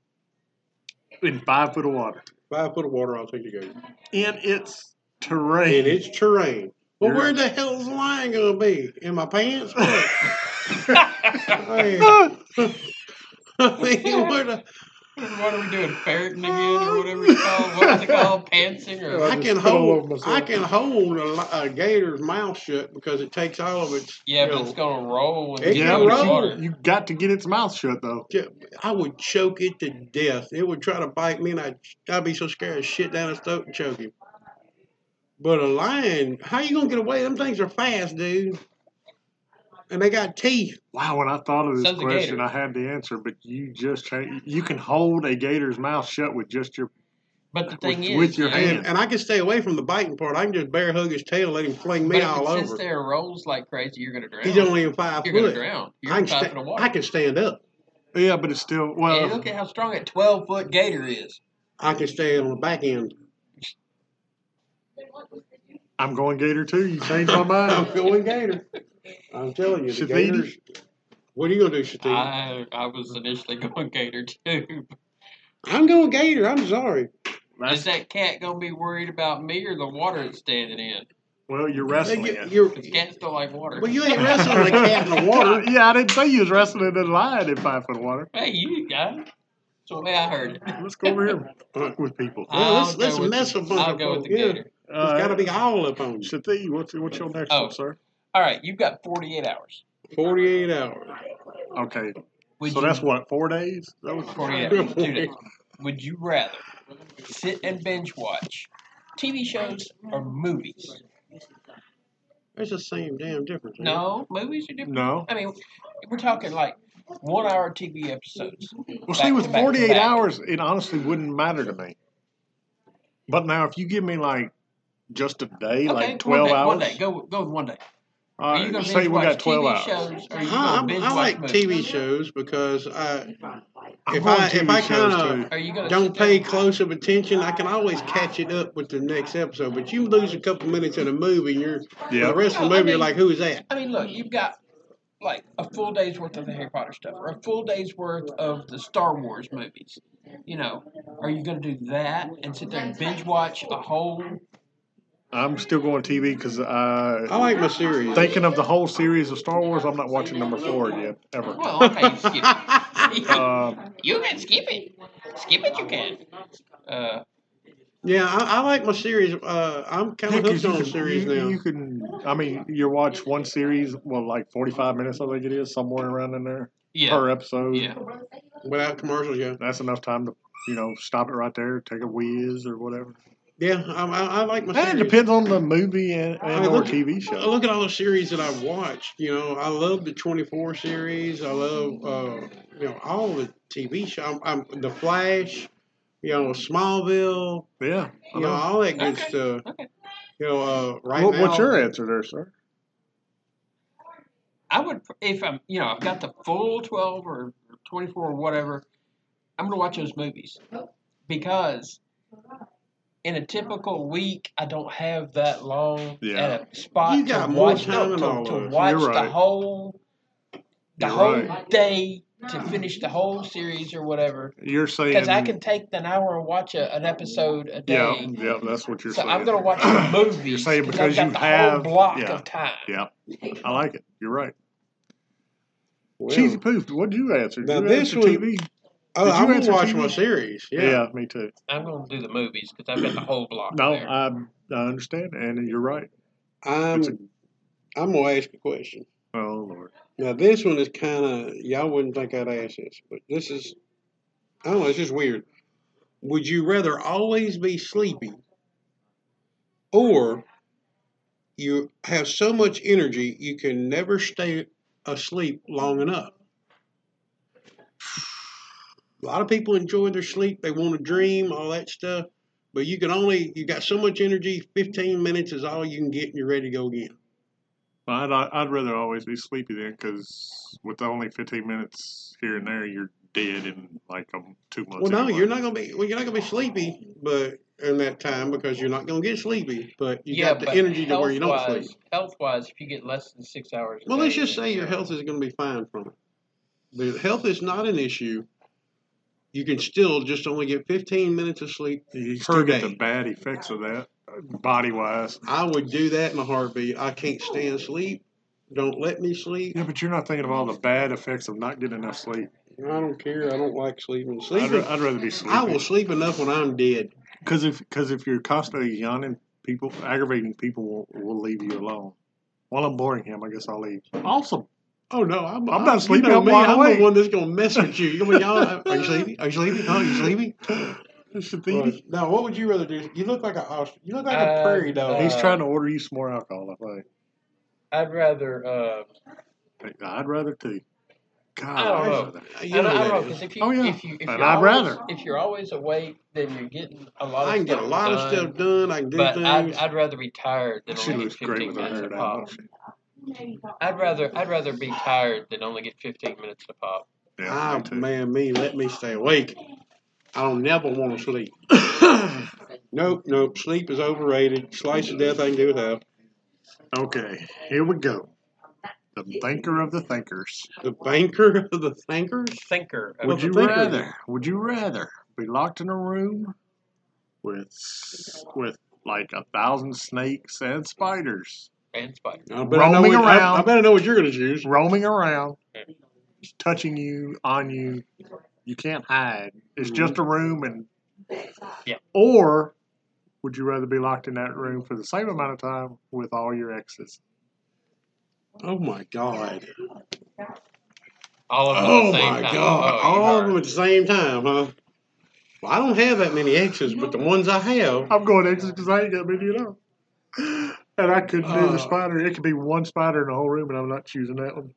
D: in five foot of water.
C: Five foot of water, I'll take the gator.
D: in its terrain.
C: And it's terrain. Well,
D: You're-
C: where the hell's the lion gonna be? In my pants? What? Hey. I mean, where the
A: what are we doing? Ferreting again, or whatever it's called? What's it called? Pantsing or?
C: I
D: just
C: can
D: spit all over
C: hold.
D: myself.
C: I can hold a, li- a gator's mouth shut because it takes all of its.
A: Yeah,
C: you
A: but
C: know,
A: it's gonna roll and
C: It
A: get
D: yeah,
C: can
A: in the
D: but
C: roll.
A: water.
D: you, you got to get its mouth shut though.
C: ju- I would choke it to death. It would try to bite me, and I'd, I'd be so scared of shit down its throat and choke him. But a lion, how you gonna get away? Them things are fast, dude. And they got teeth.
D: Wow, when I thought of this
A: Sounds a
D: question,
A: gator.
D: I had the answer, but you just changed. You can hold a gator's mouth shut with just your.
A: But the thing
D: With-
A: is,
D: with your
A: you know,
C: And,
D: hand.
C: and I can stay away from the biting part. I can just bear hug his tail, let him fling
A: but
C: me
A: if
C: all
A: it sits
C: over.
A: there and rolls like crazy, you're gonna drown.
C: He's only in 5
A: you're gonna
C: foot.
A: drown. You're
C: I
A: in five
C: can, sta-
A: foot of water.
C: I can stand up.
D: Yeah, but it's still
A: And
D: well.
A: look at how strong a 12 foot gator is.
C: I can stand on the back end.
D: I'm going gator too. You changed my
C: I'm
D: mind.
C: going gator. I'm telling you, the
D: Shafidi?
C: gators. What are you gonna do, Shatini?
A: I I was initially going gator too.
C: I'm going gator. I'm sorry.
A: Is that cat gonna be worried about me or the water it's standing in?
D: Well, you're
C: Hey,
D: wrestling.
C: you-
D: it.
C: you're-
A: Because cats don't like water.
C: well, you ain't wrestling a cat in the water.
D: yeah, I didn't say you was wrestling in a lion in five foot of water.
A: hey, you got it. That's the way I heard it.
D: Let's go over here and fuck with people.
C: Yeah,
A: I'll
C: let's-
A: go
C: let's
A: with
C: mess
A: the,
C: with bunch
A: I'll
C: of
A: go with
C: folk,
A: the
C: yeah.
A: gator.
C: It's got to be all up on you.
D: Shati, what's what's your next
A: uh, Oh.
D: one, sir?
A: All right, you've got 48 hours.
C: 48 hours.
D: Okay,
A: Would
D: so
A: you,
D: that's what four days. That was
A: 48 hours. Two days. Would you rather sit and binge watch TV shows or movies?
C: It's the same damn difference. ain't it?
A: No, movies are different.
D: No,
A: I mean, we're talking like one hour TV episodes.
D: Well,
A: Back
D: see, with
A: to back to
D: 48
A: back.
D: hours, it honestly wouldn't matter to me. But now, if you give me like just a
A: Okay,
D: day, like 12
A: one day,
D: hours,
A: One day, go go with one day.
D: all
A: are you
D: right,
A: gonna
D: say
A: binge
D: we
A: watch
D: got 12
A: TV
D: hours.
A: shows, or are you
C: I,
A: gonna binge
C: I, I
A: watch
C: like
A: movies?
C: TV shows because I,
D: I'm
C: If
D: on
C: I- if
D: TV
C: I
D: shows,
C: kinda-
D: too.
A: Are you gonna
C: don't
A: sit down-
C: pay close of attention. I can always catch it up with the next episode. But you lose a couple minutes in a movie, and you're for the
D: Yeah.
C: rest of the
A: No, I
C: movie, you're
A: mean-
C: like, who is that?
A: I mean, look, you've got like a full day's worth of the Harry Potter stuff, or a full day's worth of the Star Wars movies. You know, are you going to do that and sit there and binge watch a whole?
D: I'm still going TV because
C: I
D: I.
C: like my series.
D: Thinking of the whole series of Star Wars, I'm not watching number four yet, ever.
A: Well, okay, you skip it.
D: Uh,
A: you can skip it. Skip it, you can. Uh,
C: yeah, I, I like my series. Uh, I'm kind
D: yeah,
C: of
D: 'cause
C: hooked
D: you
C: on
D: can-
C: series
D: you-
C: now.
D: You can, I mean, you watch one series, well, like 45 minutes, I think it is, somewhere around in there
A: yeah,
D: per episode.
A: yeah.
C: Without commercials, yeah.
D: That's enough time to, you know, stop it right there, take a whiz or whatever.
C: Yeah, I, I, I like my
D: That
C: series.
D: depends on the movie and,
C: I
D: and or
C: look-
D: TV
C: I
D: show.
C: look at all the series that I've watched. You know, I love the 24 series. I love, uh, you know, all the TV show. I'm, I'm, the Flash, you know, Smallville,
D: Yeah. I
C: you know,
D: know.
C: all that good
A: Uh-huh. Okay,
C: stuff.
A: okay.
C: You know, uh, right
D: what,
C: now.
D: what's your answer there, sir?
A: I would if I'm you know I've got the full twelve or twenty four or whatever. I'm gonna watch those movies because in a typical week I don't have that long
D: Yeah.
A: at a spot
C: You got
A: to
C: more
A: watch no,
C: time than all
A: to, to
C: of us.
A: watch
D: You're
A: the
D: right.
A: whole the
D: You're
A: whole
D: right.
A: day to finish the whole series or whatever.
D: You're saying.
A: Because I can take an hour and watch a, an episode a
D: Yeah,
A: day.
D: yeah, that's what you're
A: So
D: saying.
A: I'm gonna watch the movies.
D: You're saying
A: 'cause I've
D: because
A: got
D: you
A: the
D: have-
A: whole block
D: yeah.
A: of time.
D: Yeah, I like it. You're right.
C: Well,
D: Cheesy Poof, what did you answer? Did
C: Now,
D: you
C: this
D: answer
C: one-
D: TV?
C: oh,
D: did you
C: I'm going
D: answer
C: to watch
D: TV?
C: my series.
D: Yeah.
C: Yeah.
D: me too.
A: I'm gonna do the movies because I've got the whole block.
D: No,
C: uh,
A: there.
D: I, I understand, and you're right.
C: I'm,
D: It's a,
C: I'm going to ask a question.
D: oh, Lord.
C: Now, this one is kind of, y'all wouldn't think I'd ask this, but this is, I don't know, it's just weird. Would you rather always be sleepy or you have so much energy you can never stay asleep long enough? A lot of people enjoy their sleep, they want to dream, all that stuff, but you can only, you got so much energy, 15 minutes is all you can get and you're ready to go again.
D: I'd, I'd rather always be sleepy then because with only 15 minutes here and there, you're dead in like um, two months.
C: Well, no,
D: anyway.
C: you're not gonna be. Well, you're not gonna be sleepy, but in that time because you're not gonna get sleepy. But you got the
A: but
C: energy to where you don't
A: health-wise-
C: sleep.
A: Health-wise, if you get less than six hours. a
C: Well, let's
A: day,
C: just say
A: then-
C: your health is gonna be fine from it. The health is not an issue. You can still just only get 15 minutes of sleep.
D: You
C: per
D: still get
C: day.
D: the bad effects of that, body wise.
C: I would do that in a heartbeat. I can't stand sleep. Don't let me sleep.
D: Yeah, but you're not thinking of all the bad effects of not getting enough sleep.
C: I don't care. I don't like sleeping.
D: I'd,
C: Sleeping.
D: ra- I'd rather be
C: I will
D: sleepy
C: sleep enough when I'm dead.
D: because if because if you're constantly yawning, people aggravating people will, will leave you alone. While I'm boring him, I guess I'll leave. Awesome.
C: Oh no, I'm,
D: I'm not sleepy,
C: You know
D: I'm
C: me,
D: wide
C: I'm
D: awake.
C: the one that's gonna mess with you. You're gonna be, "Y'all, are you sleepy? Are you sleepy? Huh? Are you sleepy?
D: Shabini.
C: Right. Now, what would you rather do? You look like a ostrich. You look like a
A: Uh,
C: prairie dog.
A: uh,
D: He's trying to order you some more alcohol. I
A: I'd rather. Uh,
D: think. I'd rather too.
A: I don't
D: God, I'd
A: know.
D: rather.
A: I
C: you
A: don't,
C: know
A: I
C: who
A: don't know
C: that is.
A: because if you
D: Oh, yeah.
A: if you if
D: And
A: you're
D: I'd
A: always,
D: rather.
A: if you're always awake, then you're getting a lot. Of
C: I can get a
A: stuff
C: lot of
A: done,
C: stuff done. I can do
A: But I'd,
C: things.
A: I'd rather be tired than
D: She
A: only get
D: looks great
A: 15
D: with her
A: minutes
D: hair
A: of
D: down.
A: pop.
D: doesn't she?
A: I'd rather I'd rather be tired than only get 15 minutes of pop.
D: Yeah,
C: Ah,
D: me too.
C: man, me, let me stay awake. I don't never want to sleep. nope, nope. Sleep is overrated. Slice of death, I can do without.
D: Okay, here we go. The thinker of the thinkers.
C: The banker of the thinkers.
A: Thinker. of
C: Well,
D: Would
A: the
D: you
C: the thinker.
D: rather? Would you rather be locked in a room with with like a thousand snakes and spiders
A: and spider.
C: I bet I, know
D: Roaming
C: what, I-
D: around.
C: I, bet I know what you're going to choose.
D: roaming around, touching you, on you? You can't hide. It's just a room, and
A: Yeah.
D: Or would you rather be locked in that room for the same amount of time with all your exes?
C: Oh my god.
A: All of them. at
C: Oh
A: the same
C: my
A: time.
C: god.
A: Oh, you
C: All of
A: heard.
C: them at the same time, huh? Well, I don't have that many exes, but the ones I have,
D: I'm going exes because I ain't got many at all. And I couldn't do
C: Uh.
D: the spider. It could be one spider in the whole room, and I'm not choosing that one.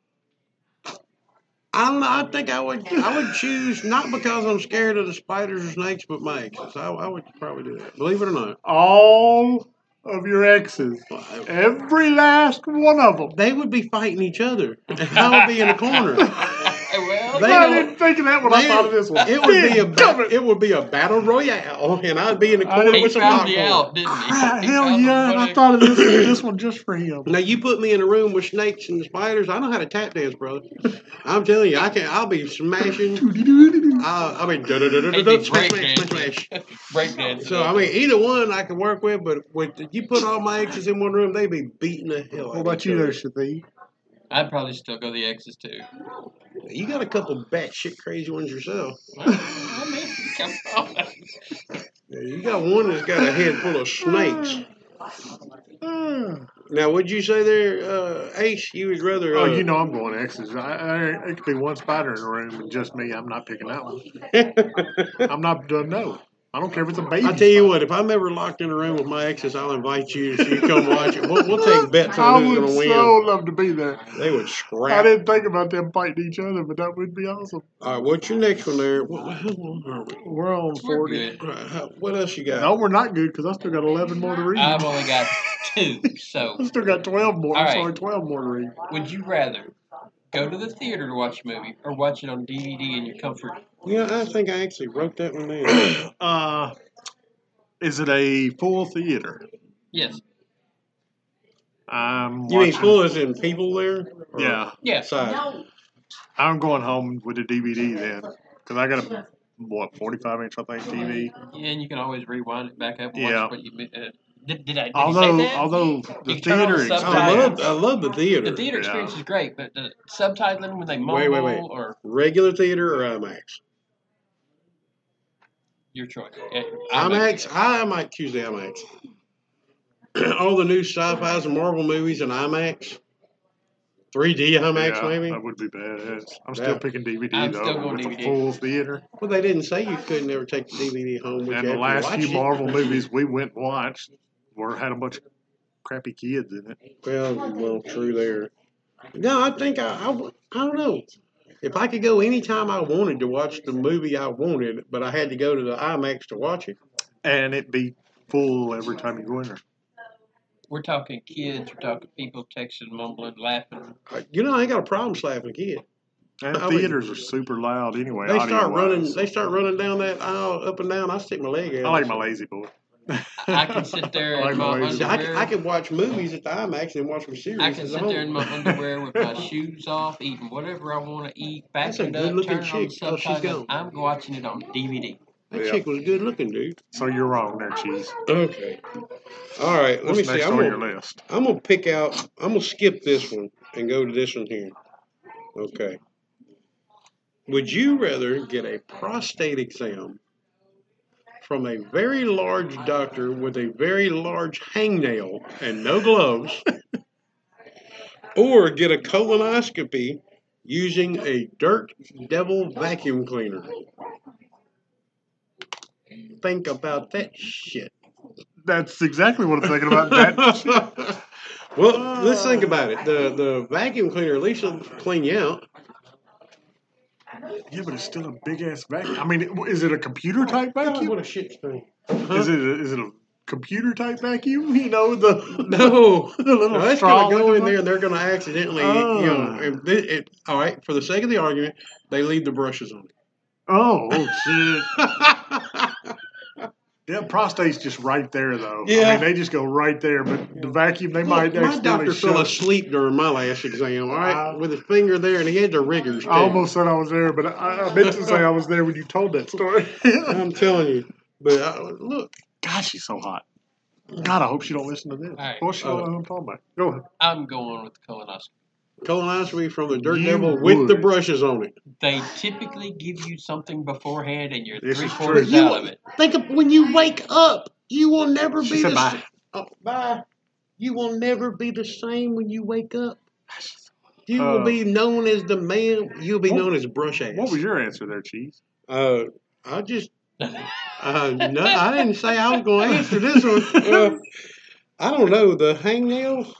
C: I don't know. I think I would. I would choose not because I'm scared of the spiders or snakes, but my exes. I, I would probably do that. Believe it or not,
D: All of your exes,
C: Well, I-
D: every last one of them.
C: they would be fighting each other, and I would be in the corner.
A: well,
C: They
A: you
D: I
A: know,
D: didn't think of that when I
C: They-
D: thought of this one.
C: It would be a
D: Big
C: ba-
D: government.
C: it would be a battle royale, and I'd be in the
D: I
C: corner
D: didn't-
A: he
C: with some
A: found you
C: popcorn.
A: out, didn't he?
D: Crap,
A: He
D: Ah, hell
A: found the
D: yeah! And I
A: funny-
D: thought of this this one just for him.
C: Now you put me in a room with snakes and spiders. I know how to tap dance, brother. I'm telling you, I can. I'll be smashing. I'll, I'll be da da da da
A: He'd
C: da
A: be
C: smash smash smash smash.
A: breakdancing. breakdancing.
C: So I mean, either one I can work with, but with you put all my exes in one room, they'd be beating the hell.
D: What about you there, Shathi?
A: I'd probably still go the X's too.
C: You got a couple batshit crazy ones yourself.
A: Well, I mean, oh, come on.
C: Yeah, You got one that's got a head full of snakes.
D: Oh,
C: Now, would you say there, uh, Ace? You would rather? Uh,
D: you know I'm going X's. I, I, it could be one spider in the room and just me. I'm not picking that one. I'm not done. No, I don't care if it's a baby.
C: I tell you what, if I'm ever locked in a room with my exes, I'll invite you. So you come watch it. We'll, we'll take bets
D: I
C: on who's
D: would
C: going to win.
D: so love to be there.
C: They would
D: I
C: scrap.
D: didn't think about them fighting each other, but that would be awesome.
C: All right, what's your next one there? What, what, what, are we?
D: We're on
A: We're
D: 40.
A: good.
C: All right, how- what else you got?
D: No, we're not good because I still got 11 more to read.
A: I've only got two. So,
D: I still got 12 more. I'm
A: All right.
D: sorry, 12 more to read.
A: would you rather go to the theater to watch a movie or watch it on DVD in your comfort?
C: Yeah, I think I actually wrote that one down.
D: Uh, is it a full theater?
A: Yes.
D: I'm
C: you mean
D: watching-
C: full as in people there? Or
D: Yeah,
A: Yes.
C: Side.
D: I'm going home with the DVD then because I got a what 45 inch I think TV.
A: And you can always rewind it back up and
D: Yeah.
A: watch what you mi- uh, did, did I did he
D: Although
A: say that?
D: although the
A: You turn on
D: theater
A: the
C: I
A: subtitles.
D: experience,
C: love I love the theater.
A: the theater experience
D: Yeah.
A: is great, but the subtitling when they mumble
C: Wait, wait, wait.
A: or
C: Regular theater or IMAX?
A: your choice. Eh, Yeah,
C: IMAX. I might choose the IMAX. All the new sci-fi's and Marvel movies in IMAX, 3D IMAX
D: yeah,
C: maybe.
D: that would be badass. I'm still
C: Yeah.
D: picking DVD
A: I'm
D: though
A: still going
D: with
A: DVD.
D: a full theater.
C: Well, they didn't say you couldn't ever take the DVD home. With
D: And
C: you
D: the
C: after you
D: last
C: watched
D: few
C: it.
D: Marvel movies we went and watched were had a bunch of crappy kids in it.
C: Well, well, true there. No, I think I, I, w- I don't know. If I could go anytime I wanted to watch the movie I wanted, but I had to go to the IMAX to watch it.
D: And it'd be full every time you go in there.
A: We're talking kids. We're talking people texting, mumbling, laughing.
C: Uh, You know, I ain't got a problem slapping a kid.
D: And
C: I would-
D: theaters are super loud anyway.
C: They start
D: audio-wise.
C: running. They start running down that aisle, up and down. I stick my leg out.
D: I like my lazy boy.
A: I can sit there
D: I
A: in
D: like
A: my
D: my lazy-
C: See, I, c-
A: underwear.
C: I can watch movies at the IMAX and watch some series.
A: I can
C: at
A: sit
C: home.
A: there in my underwear with my shoes off, eating whatever I want to eat, back
C: That's a
A: it up,
C: good-looking
A: turn it on the
C: chick. Oh, she's
A: subtitles.
C: gone.
A: I'm watching it on DVD.
C: That
D: Yeah.
C: chick was good looking, dude.
D: So you're wrong there, Cheese.
C: Okay. All right. Let
D: What's
C: me
D: next
C: see. I'm
D: on
C: gonna,
D: your list?
C: I'm gonna pick out. I'm gonna skip this one and go to this one here. Okay. Would you rather get a prostate exam from a very large doctor with a very large hangnail and no gloves, or get a colonoscopy using a dirt devil vacuum cleaner? Think about that shit.
D: That's exactly what I'm thinking about. That
C: well, let's think about it. The the vacuum cleaner at least will clean you out.
D: yeah, but it's still a big ass vacuum. I mean, it- is it a computer type vacuum?
C: Oh, a shit thing.
D: Is it a, is it a computer type vacuum? You know the
C: No.
D: the little
C: No, that's
D: straw.
C: going to go in there and they're going to accidentally, you know.
D: Oh.
C: if thi- It, all right, for the sake of the argument, they leave the brushes on
D: Oh, oh shit!
C: it.
D: Yeah, prostate's just right there though. I
C: Yeah.
D: mean, they just go right there, but the vacuum they might
C: Look, my
D: accidentally
C: doctor fell
D: shut-
C: asleep during my last exam, all right,
D: Wow.
C: with his finger there, and he had the rigors. Too.
D: I almost said I was there, but I, I meant to say I was there when you told that story.
C: I'm telling you. But uh, look,
D: Gosh, she's so hot. God, I hope she don't listen to this.
A: All right.
D: Well, she don't know who I'm talking about. Go ahead.
A: I'm going with the colonoscopy.
C: colonoscopy from the dirt
D: You
C: devil with the
D: would.
C: brushes on it.
A: They typically give you something beforehand, and you're
D: This
A: three
D: is true.
A: quarters
C: You-
A: out of it.
C: Think of when you wake up, you will never
D: She
C: be
D: said
C: the
D: bye.
C: sa- Oh, bye. You will never be the same when you wake up. You
D: Uh,
C: will be known as the man. You'll be
D: What-
C: known as brush ass.
D: What was your answer there, Cheese?
C: Uh, I just. Uh, no, I didn't say I was going to answer this one. Uh, I don't know the hangnails.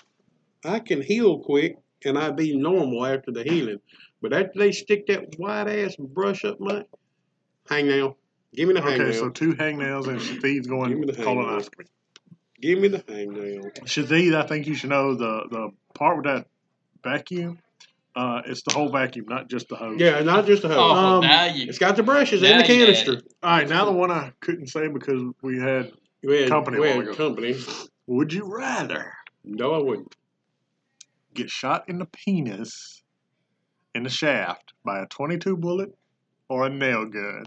C: I can heal quick, and I be normal after the healing. But after they stick that wide ass brush up my hangnail, give me the
D: Okay,
C: hangnail.
D: so two hangnails and Shadid's
C: Give
D: going
C: me the hangnail.
D: colonoscopy.
C: give me the hangnail.
D: Shadid, I think you should know the, the part with that vacuum. Uh, it's the whole vacuum, not just the hose.
C: Yeah, not just the hose.
A: Oh,
C: um,
A: now you.
C: it's got the brushes and
A: now
C: the
A: you got
C: canister.
D: All right, now the one I couldn't say because we had.
C: We had
D: Company
C: We
D: a while
C: had
D: ago.
C: company.
D: Would you rather
C: No, I wouldn't.
D: get shot in the penis in the shaft by a 22 bullet or a nail gun?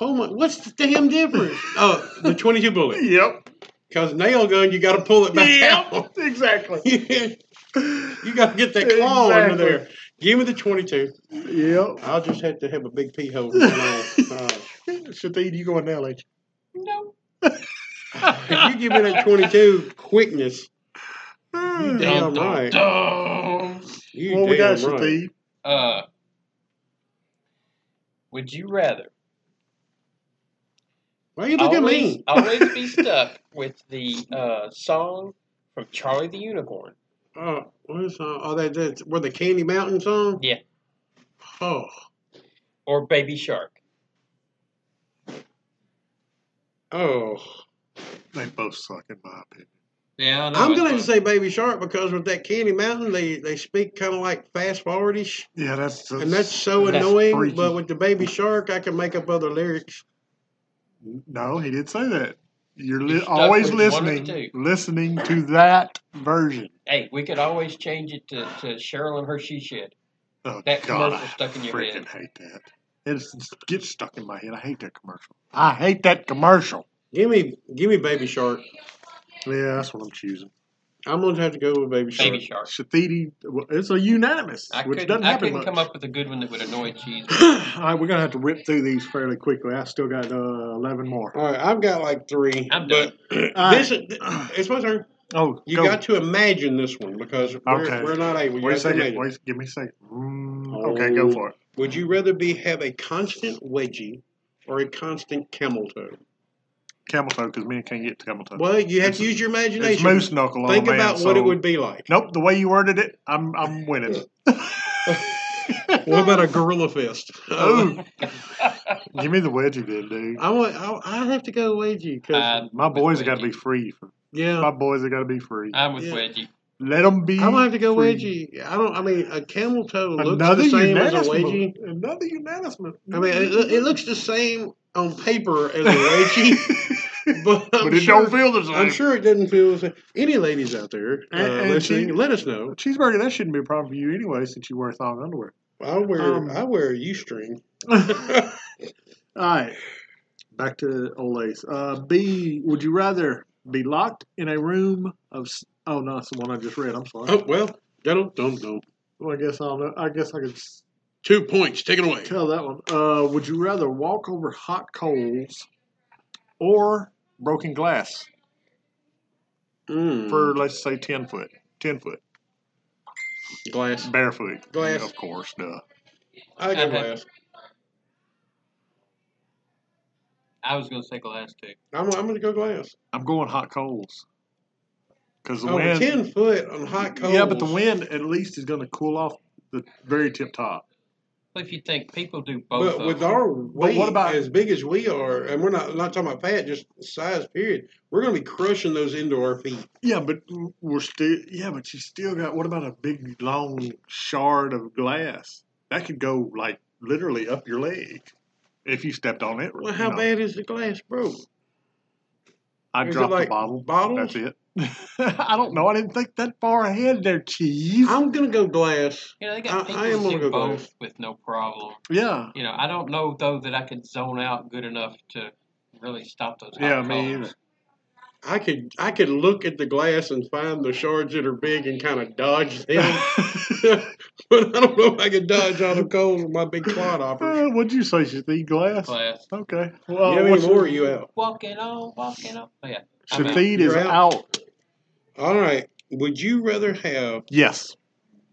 C: Oh my! What's the damn difference? oh, the twenty-two bullet.
D: Yep.
C: Because nail gun, you got to pull it back out.
D: Yep. Exactly.
C: you got to get that claw under
D: Exactly.
C: there. Give me the twenty-two.
D: Yep.
C: I'll just have to have a big pee hole. with the claw. Uh,
D: Shadid, you going nail ain't
A: No.
C: if you give me that twenty-two quickness,
D: you?
C: Damn
A: Dum, dum,
C: right.
A: dum.
C: you
D: Well, we got
C: damn right.
D: Shadid.
A: Uh, would you rather
C: Why you look at
A: always,
C: me?
A: always be stuck with the uh, song from Charlie the Unicorn?
C: Uh, what is uh, oh that that's where the Candy Mountain song?
A: Yeah.
C: Oh,
A: Or Baby Shark?
C: oh.
D: They both suck, in my opinion.
A: Yeah, I
C: I'm going to say Baby Shark because with that Candy Mountain, they they speak kind of like fast forwardish,
D: Yeah, that's.
C: and that's so
A: That's
C: annoying.
D: freaky.
C: But with the Baby Shark, I can make up other lyrics.
D: No, he did say that. You're
A: You're
D: li-
A: stuck
D: always
A: with one of the
D: listening, listening to that version.
A: Hey, we could always change it to, to Cheryl and her she shed.
D: Oh,
A: That
D: God,
A: commercial stuck in
D: I
A: your
D: freaking
A: head.
D: hate that. It gets stuck in my head. I hate that commercial. I hate that commercial.
C: Give me give me Baby Shark.
D: Yeah, that's what I'm choosing.
C: I'm going to have to go with Baby Shark.
A: Baby Shark.
D: Shafidi, well, it's a unanimous,
A: I
D: which
A: couldn't,
D: doesn't
A: I
D: happen
A: couldn't
D: much.
A: come up with a good one that would annoy cheese.
D: All right, we're going to have to rip through these fairly quickly. I still got uh, 11 more.
C: All right, I've got like three.
A: I'm
C: but
D: All
C: This
D: right.
C: it's my turn.
D: oh,
C: You
D: go.
C: got to imagine this one because we're,
D: Okay.
C: we're not able. You
D: Wait a
C: have to
D: second.
C: imagine.
D: Wait, give me a second. Mm, okay,
C: Oh.
D: go for it.
C: Would you rather be have a constant wedgie or a constant camel toe?
D: Camel toe, because men can't get to camel toe.
C: Well, you have
D: It's-
C: to use your
D: It's
C: imagination.
D: moose knuckle on a
C: Think
D: man,
C: about what it
D: so-
C: would be like.
D: Nope, the way you worded it, I'm I'm winning.
C: What about a gorilla fist?
D: Oh, give me the wedgie, then, dude.
C: I want. I, I have to go wedgie because
A: I'm
D: My
A: with
D: boys got to
A: Wedgie.
D: be free. For,
C: yeah,
D: my boys have got to be free.
A: I'm with
C: yeah.
A: Wedgie.
D: Let them be.
C: I'm gonna have to go
D: free.
C: wedgie. I don't. I mean, a camel toe looks
D: Another
C: the same as a
D: unanimous.
C: wedgie.
D: move. Another unanimous. move.
C: I mean, it, loo- it looks the same on paper as a wedgie, but I'm
D: but it
C: sure.
D: don't feel the same.
C: I'm sure it doesn't feel the same. Any ladies out there uh,
D: And- and
C: listening,
D: she-
C: let us know.
D: Cheeseburger, that shouldn't be a problem for you anyway, since you wear thong underwear.
C: I wear
D: Um,
C: I wear a Oh, U string.
D: All right. Back to Olays. Uh, B, would you rather be locked in a room of. s- Oh, no, it's the one I just read. I'm sorry.
C: oh well, don't don't don't.
D: Well, I guess I'll know. I guess I could s-
C: Two points taken away.
D: tell that one. Uh, would you rather walk over hot coals or broken glass
C: Mm.
D: for, let's say, 10 foot? 10 foot.
C: glass,
D: Barefoot.
C: Glass.
D: Of course, duh.
C: I go
A: I'd have-
C: glass.
A: I was going to say glass too.
C: I'm, I'm gonna go glass.
D: I'm going hot coals. Because the
C: Oh,
D: wind.
C: ten foot on hot coals.
D: Yeah, but the wind at least is going to cool off the very tip top.
A: But if you think people do both
C: But
A: of
C: with
A: them.
C: our weight
D: what about-
C: as big as we are, and we're not not talking about fat, just size. Period. We're gonna be crushing those into our feet.
D: Yeah, but we're still. Yeah, but you still got. What about a big long shard of glass that could go like literally up your leg if you stepped on it?
C: Well,
D: you
C: how
D: know.
C: bad is the glass broke?
D: I
C: is it
D: dropped
C: like
D: the bottle. That's
C: bottles?
D: it. I don't know. I didn't think that far ahead there, cheese.
C: I'm gonna go glass.
A: You know, they got
C: I-
A: people
C: I am
A: that
C: gonna
A: do
C: go
A: both
C: glass.
A: with no problem.
D: yeah,
A: You know, I don't know though that I could zone out good enough to really stop those. hot
D: yeah, me
A: coals.
D: either.
C: I could I could look at the glass and find the shards that are big and kind of dodge them. but I don't know if I could dodge all the coals with my big clodhopper.
D: Uh, what'd you say? Should the glass?
A: Glass.
D: Okay.
C: You
D: Well,
C: have any
D: Uh, what's-
C: more? Or you out?
A: Walking on, walking on. Oh, yeah. I'm out.
D: Shafid is
C: You're out.
D: out.
C: All right. Would you rather have
D: Yes.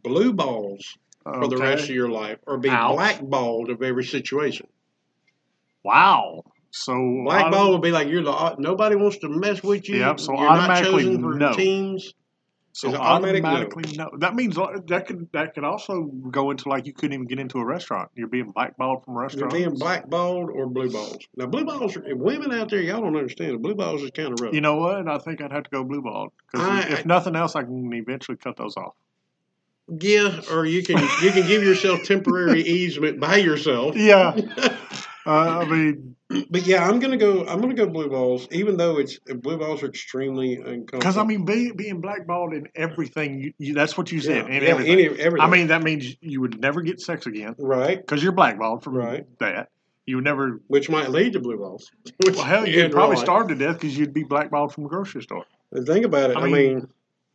C: blue balls for the
D: Okay.
C: rest of your life or be
D: Ouch.
C: blackballed of every situation?
D: Wow. So
C: Blackball would be like you're the nobody wants to mess with you.
D: Um, Yep, so
C: you're not
D: automatically
C: chosen for
D: no.
C: teams.
D: So
C: Is it automatic? No.
D: automatically, no. That means uh, that could that could also go into like you couldn't even get into a restaurant. You're being blackballed from
C: You're
D: restaurants.
C: being blackballed or blue balls. Now, blue balls, are, women out there, y'all don't understand. Blue balls is kind of rough.
D: You know what? I think I'd have to go blue balled
C: I-
D: because if nothing else, I can eventually cut those off.
C: yeah, or you can you can give yourself temporary easement by yourself.
D: Yeah, uh, I mean,
C: But yeah, I'm gonna go. I'm gonna go blue balls, even though it's blue balls are extremely uncomfortable.
D: because I mean, be, being blackballed in everything. You, you, that's what you
C: yeah,
D: said. in
C: yeah,
D: everything.
C: any- everything.
D: I mean, that means you would never get sex again
C: right,
D: because you're blackballed from
C: Right.
D: that. You would never.
C: which might lead to blue balls. Which
D: Well, hell,
C: in
D: you'd probably
C: right.
D: starve to death because you'd be blackballed from a grocery store.
C: Think about it. I,
D: I
C: mean,
D: mean-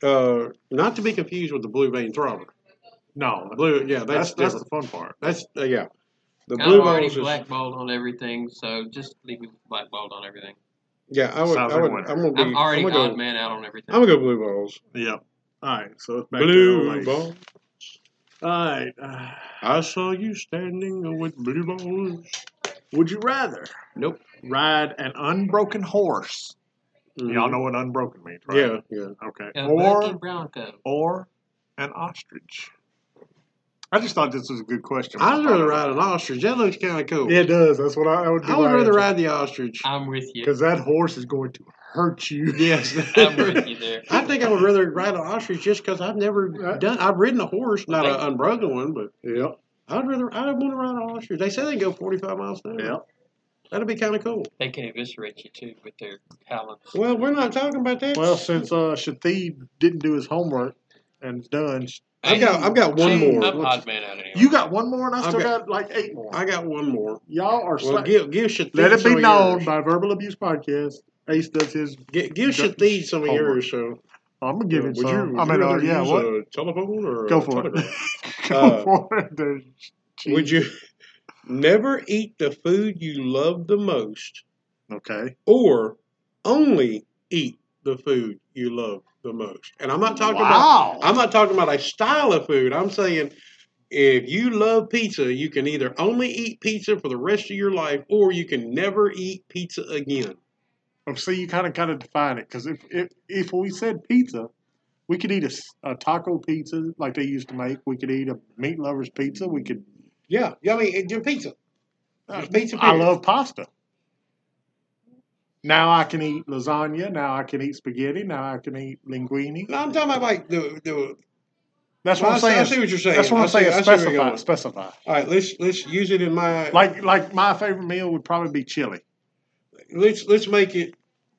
C: uh, not to be confused with the blue vein throbbing.
D: No,
C: Blue, yeah,
D: that's
C: that's
D: that's
C: different.
D: the fun part.
C: That's, uh, yeah. The
A: I'm
C: blue
A: already
C: balls is
A: blackballed on everything, so just leave me blackballed on everything.
C: yeah. I would,
D: Sounds
C: I
D: like
C: would,
D: a winner.
C: I'm gonna be.
A: I'm already
C: I'm
A: odd
C: gonna go,
A: man out on everything.
C: I'm gonna go blue balls.
D: Yeah. All right. So it's back to
C: Blue
D: LA.
C: balls.
D: All right. Uh,
C: I saw you standing with blue balls.
D: would you rather?
C: Nope.
D: Ride an unbroken horse. Y'all
C: Mhm.
D: know what unbroken means, right?
C: Yeah, yeah.
D: Okay.
A: A
D: or
A: Bucky Bronco.
D: or an ostrich. I just thought this was a good question.
C: I'd rather ride an ostrich. That looks kind of cool.
D: Yeah, it does. That's what I, I would.
C: I would rather ride the ostrich.
A: I'm with you.
D: because that horse is going to hurt you.
C: Yes.
A: I'm with you there.
C: I think I would rather ride an ostrich just because I've never
D: Right.
C: done. I've ridden a horse, not an
A: Thank-
C: unbroken one, but
D: Yep.
C: I'd rather. I want to ride an ostrich. They say they go forty five miles an hour.
D: Yep.
C: That'd be kind of cool.
A: They can eviscerate you too with their talons.
C: Well, we're not talking about that.
D: Well, since uh, Shatheed didn't do his homework and is done,
C: I've got. I've got one
A: Gee,
C: more.
A: I'm odd man out anyway.
D: you got one more, and I
C: I've
D: still
C: got-
D: got, like eight more.
C: I got one more.
D: Y'all are
C: Well,
D: slack.
C: give give Shatheed
D: Let it
C: some
D: be
C: of
D: known
C: yours.
D: by Verbal Abuse Podcast. Ace does his.
C: Gi- give
D: Go-
C: Shatheed some of
D: homework.
C: yours. So.
D: I'm gonna give it
C: would
D: some.
C: You, would
D: I
C: you
D: mean, uh,
C: rather
D: yeah.
C: use
D: What?
C: A telephone or
D: Go
C: a
D: for it.
C: telegraph?
D: Go
C: Uh,
D: for it. There's-
C: Would you never eat the food you love the most,
D: Okay.
C: or only eat the food you love the most? And I'm not talking about
D: wow.
C: I'm not talking about a style of food. I'm saying if you love pizza, you can either only eat pizza for the rest of your life, or you can never eat pizza again.
D: Oh, See, you kind of kind of define it because if, if if we said pizza, we could eat a, s- a taco pizza like they used to make. We could eat a meat lovers pizza. We could.
C: Yeah, yeah. I mean, it- your pizza.
D: uh,
C: Just pizza,
D: I
C: period.
D: love pasta. Now I can eat lasagna. Now I can eat spaghetti. Now I can eat linguine.
C: No, I'm talking about like the the.
D: That's what
C: Well, I
D: I'm
C: see-
D: saying.
C: I see what you're saying.
D: That's what
C: I
D: I'm
C: see-
D: saying.
C: I see where you're
D: specify.
C: going.
D: Specify.
C: All right, let's let's use it in my
D: Like like my favorite meal would probably be chili.
C: let's let's make it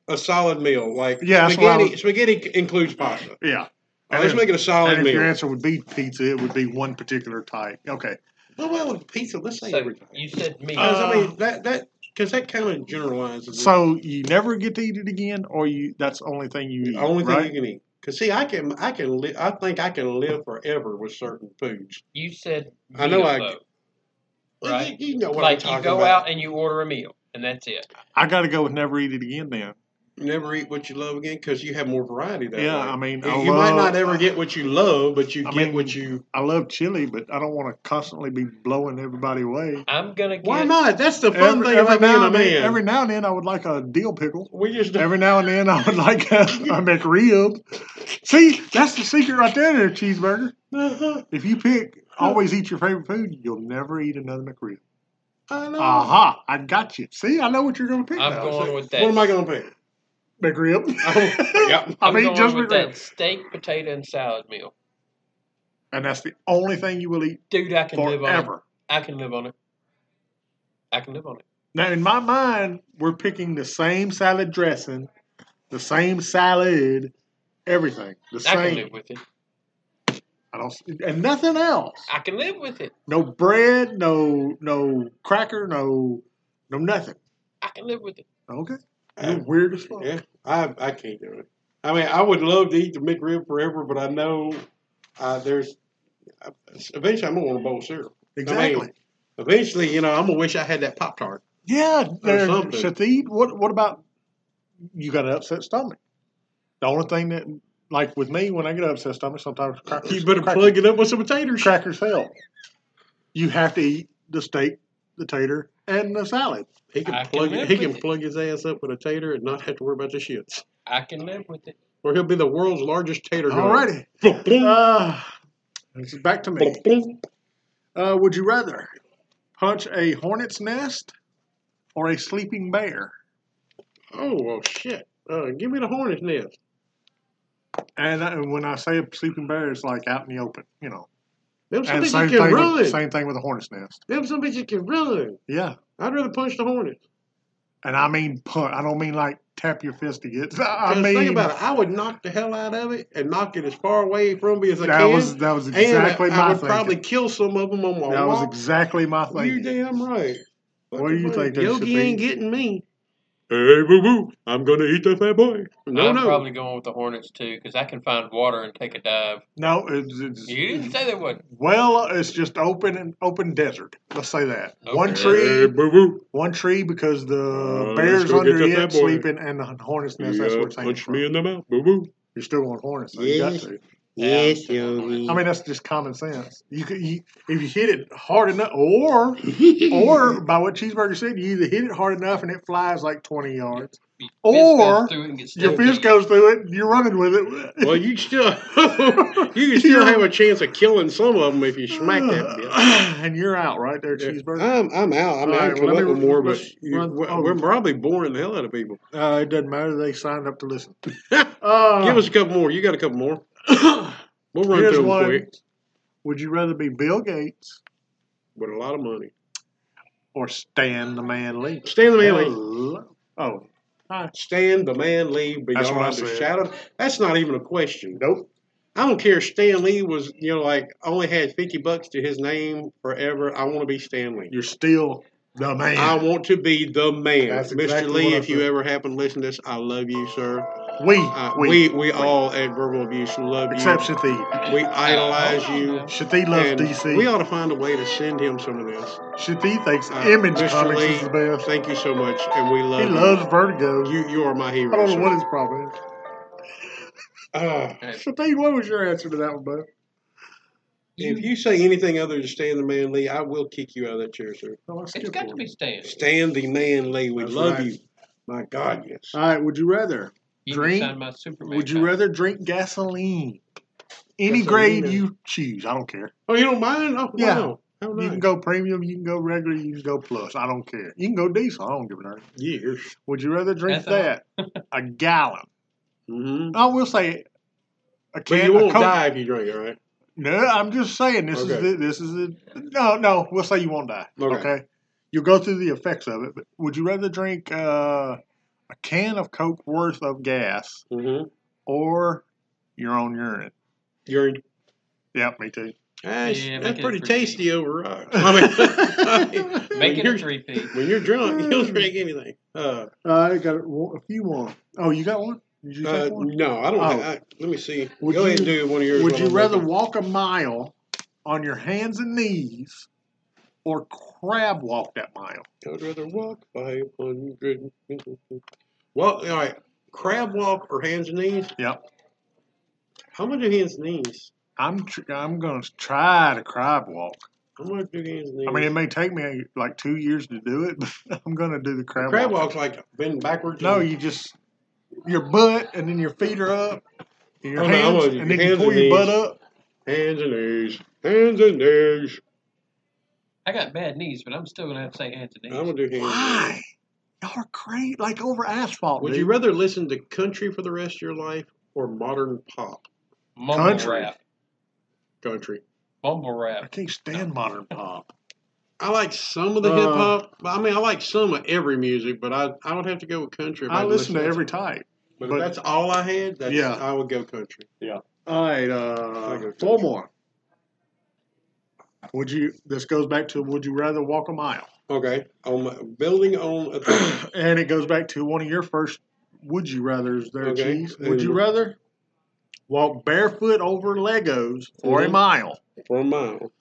C: a solid meal. Like
D: Yeah, that's what I
C: spaghetti.
D: was-
C: Spaghetti includes pasta.
D: Yeah.
C: Now, let's
D: then-
C: make it a solid
D: and if your
C: meal.
D: answer would be pizza, it would be one particular type. Okay.
C: Well, well, with pizza. Let's say
A: So
C: everything.
A: you said me.
C: Because I mean that that because that kind of generalizes. it.
D: So you never get to eat it again, or you that's the only thing you eat.
C: the only thing
D: right?
C: you can eat. Because see, I can I can li- I think I can live forever with certain foods.
A: you said
C: I know
A: meal,
C: I-
A: though.
C: Well,
A: Right.
C: You, you know what I'm
A: like
C: talking
A: you go
C: about.
A: out and you order a meal and that's it.
D: I got to go with never eat it again then.
C: Never eat what you love again because you have more variety that
D: yeah,
C: way.
D: I mean,
C: you
D: I
C: you might
D: love-
C: not e- ever get what you love, but you
D: I
C: get
D: mean,
C: what you.
D: I love chili, but I don't want to constantly be blowing everybody away.
A: I'm gonna get
C: Why not? That's the fun
D: Every,
C: thing
D: every
C: about being
D: now
C: a
D: and then,
C: man.
D: every now and then, I would like a deal pickle.
C: we just don't.
D: Every now and then, I would like a, a McRib. See, that's the secret right there, there, cheeseburger.
C: Uh-huh.
D: If you pick, always eat your favorite food, you'll never eat another McRib.
C: I know.
D: Aha, I got you. See, I know what you're going to pick.
A: I'm
D: now.
A: going with that.
C: What am I going to pick?
D: McRib.
C: yep.
D: I
A: I'm
D: mean,
A: going
D: just
A: with
D: McRib.
A: that steak, potato, and salad meal.
D: And that's the only thing you will eat
A: Dude, I can live on it.
D: forever.
A: I can live on it. I can live on it.
D: Now, in my mind, we're picking the same salad dressing, the same salad, everything, the
A: I can
D: same.
A: live with it.
D: I don't, s- and nothing else.
A: I can live with it.
D: No bread, no no cracker, no no nothing.
A: I can live with it.
D: Okay,
C: Uh,
D: you're weird as fuck.
C: yeah, I, I can't do it. I mean, I would love to eat the McRib forever, but I know uh, there's uh, eventually I'm gonna want a bowl of cereal.
D: Exactly.
C: Eventually, you know, I'm gonna wish I had that Pop Tart.
D: yeah, there,
C: something.
D: Shatheed, what what about you? Got an upset stomach. The only thing that, like with me, when I get an upset stomach, sometimes crackers.
C: You better
D: crackers-
C: plug it up with some potatoes.
D: crackers help. You have to eat the steak, the tater, and the salad.
C: He can
A: I can
C: plug
A: live
C: he
A: with
C: can
A: it.
C: plug his ass up with a tater and not have to worry about the shits.
A: I can live with it.
C: or he'll be the world's largest tater. gun.
D: Alrighty.
C: Boom, boom,
D: Uh, it's back to me.
C: boom, boom.
D: Uh, would you rather punch a hornet's nest or a sleeping bear?
C: Oh well, shit. Uh, give me the hornet's nest.
D: And, I, and when I say a sleeping bear, it's like out in the open, you know.
C: Them some
D: And
C: bitches
D: same
C: can
D: thing,
C: run.
D: with, same thing with a hornet's nest.
C: Them some bitches can run.
D: Yeah.
C: I'd rather punch the hornets.
D: And I mean punch. I don't mean like tap your fist to get. I
C: 'Cause
D: mean
C: think about it. I would knock the hell out of it and knock it as far away from me as I
D: that
C: can.
D: was that was
C: and
D: exactly
C: I,
D: my
C: would
D: thinking.
C: probably kill some of them on my
D: that was
C: walk.
D: exactly my thinking.
C: You damn right.
D: What do you
C: Fucking
D: think
C: right.
D: that should
C: Yogi
D: be?
C: ain't getting me. Hey, boo boo! I'm gonna eat that fat boy. No,
A: I'm
C: no.
A: probably going with the Hornets too because I can find water and take a dive.
D: No, it's, it's
A: You didn't say they wouldn't.
D: well, it's just open and open desert. Let's say that one
A: Okay.
C: Hey,
D: tree,
C: boo boo!
D: one tree because the
C: Uh, let's
D: bear's
C: go get
D: under
C: that bad
D: it
C: boy.
D: sleeping and the hornet's nest.
C: You
D: that's where
C: uh,
D: it's hanging
C: punch
D: from.
C: me in the mouth, boo boo.
D: You're still going hornets. So You
C: Yes.
D: got to.
C: Yes,
A: Yeah, I'm
C: Yogi.
D: I mean, that's just common sense. You could you, if you hit it hard enough, or or by what cheeseburger said, you either hit it hard enough and it flies like twenty yards,
A: Your fist
D: Or
A: goes through it and gets
D: your
A: stuck in
D: fist
A: it.
D: goes through it, and you're running with it.
C: well, you still you can still have a chance of killing some of them if you smack that Uh, bitch.
D: and you're out right there, cheeseburger.
C: I'm I'm out. I mean,
D: All
C: I
D: right,
C: can
D: well,
C: come
D: let
C: up
D: me-
C: with more, but
D: let's
C: you,
D: run-
C: we're,
D: oh.
C: we're probably boring the hell out of people.
D: Uh, it doesn't matter. They signed up to listen. Uh,
C: Give us a couple more. You got a couple more. We'll run
D: here's
C: through them
D: one.
C: quick
D: Would you rather be Bill Gates
C: with a lot of money.
D: or Stan the Man Lee?
C: Stand the man leave.
D: Hello. Oh,
C: Stand the man Lee
D: That's what I
C: beyond the
D: said.
C: shadow. That's not even a question.
D: nope.
C: I don't care. if Stan Lee was you know like only had fifty bucks to his name forever. I want to be Stan Lee.
D: You're still the man.
C: I want to be the man,
D: That's
C: Mr.
D: exactly
C: Lee.
D: what I
C: If you
D: said.
C: ever happen to listen to this, I love you, sir.
D: we,
C: Uh,
D: we,
C: we, we all at Verbal Abuse love
D: except
C: you.
D: Shathi.
C: We
A: Oh,
C: idolize
A: Hold on
C: you.
A: now.
D: Shathi loves
C: And
D: DC.
C: We ought to find a way to send him some of this.
D: Shathi thinks
C: Uh,
D: Image
C: Mr.
D: Comics
C: Lee,
D: is the best.
C: Thank you so much, and we love
D: he
C: you.
D: loves Vertigo.
C: you. You are my hero.
D: I don't know
C: sir.
D: what his problem is.
C: Uh,
D: Shathi, what was your answer to that one, bud?
C: if you say anything other than Stan the Man Lee, I will kick you out of that chair, sir.
D: Oh, let's
A: It's
D: skip
A: got to
D: one.
A: be Stan.
C: Stan the Man Lee, we
D: That's
C: love
D: right.
C: you. My God, yes.
D: All right, would you rather?
A: You
D: Dream?
A: can sign my Superman.
D: Would you
A: copy.
D: rather drink gasoline? Any
C: Gasolina.
D: grade you choose, I don't care.
C: Oh, you don't mind? Oh,
D: Yeah.
C: wow. How
D: You
C: nice.
D: can go premium, you can go regular, you can go plus. I don't care. You can go diesel. I don't give a darn.
C: Years.
D: Would you rather drink
A: Ethanol?
D: that a gallon?
C: Mm-hmm.
D: I will say a
C: But
D: can.
C: you
D: a
C: won't
D: Coke-
C: die if you drink it, all right?
D: No, I'm just saying this
C: Okay.
D: is the, this is the, no no. We'll say you won't die.
C: Okay.
D: Okay. You'll go through the effects of it. But would you rather drink uh, a can of Coke worth of gas
C: Mm-hmm.
D: or your own urine?
C: You're
D: Yep, me too.
C: that's,
A: Yeah, make
C: that's
A: it
C: pretty
A: pretty
C: tasty
A: cheap.
C: over rocks. I mean, I mean,
A: Make
C: when
A: it a
C: you're,
A: three feet.
C: when you're drunk, you'll drink anything. Uh,
D: I got a, a few more. Oh, you got one? Did you
C: Uh,
D: take one?
C: no, I don't.
D: Oh.
C: think I, let me see.
D: Would
C: Go ahead and
D: you-
C: do one of yours.
D: Would
C: while
D: you
C: I'm
D: rather
C: looking.
D: walk a mile on your hands and knees or crab walk that mile?
C: I'd rather walk by hundred. Well, all right. Crab walk or hands and knees?
D: Yep.
C: How much do hands and knees?
D: I'm tr- I'm gonna try to crab walk.
C: I'm gonna do hands and knees.
D: I mean, it may take me like two years to do it, but I'm gonna do the crab,
C: crab
D: walk.
C: walk's like bending backwards.
D: No,
C: and-
D: you just your butt and then your feet are up, and your
C: Oh, no, I'm
D: hands,
C: gonna do
D: and then you
C: hands
D: pull
C: and
D: your butt
C: knees.
D: up.
C: hands and knees, hands and knees.
A: I got bad knees, but I'm still gonna have to say hands and
C: I'm gonna
A: knees.
C: do hands. And
D: Why?
C: knees.
D: Y'all are crazy, like over asphalt.
C: Would
D: dude.
C: you rather listen to country for the rest of your life or modern pop
A: Mumble
D: Country.
A: rap.
C: country?
A: Mumble
D: I
A: rap.
D: can't stand modern pop.
C: I like some of the
D: Uh,
C: hip hop. I mean, I like some of every music, but I, I would have to go with country. if
D: I
C: had to
D: listen to
C: it.
D: every type.
C: But,
D: but-
C: if that's all I had, that's,
D: Yeah.
C: I would go country.
D: All right,
C: I
D: uh,
C: go
D: four
C: country.
D: more. Would you? This goes back to would you rather walk a mile,
C: Okay. On my, building on a thing.
D: and it goes back to one of your first would you rather's there,
C: Okay.
D: cheese. Would you
C: And-
D: rather walk barefoot over Legos for a
C: Mhm.
D: mile,
C: for a mile.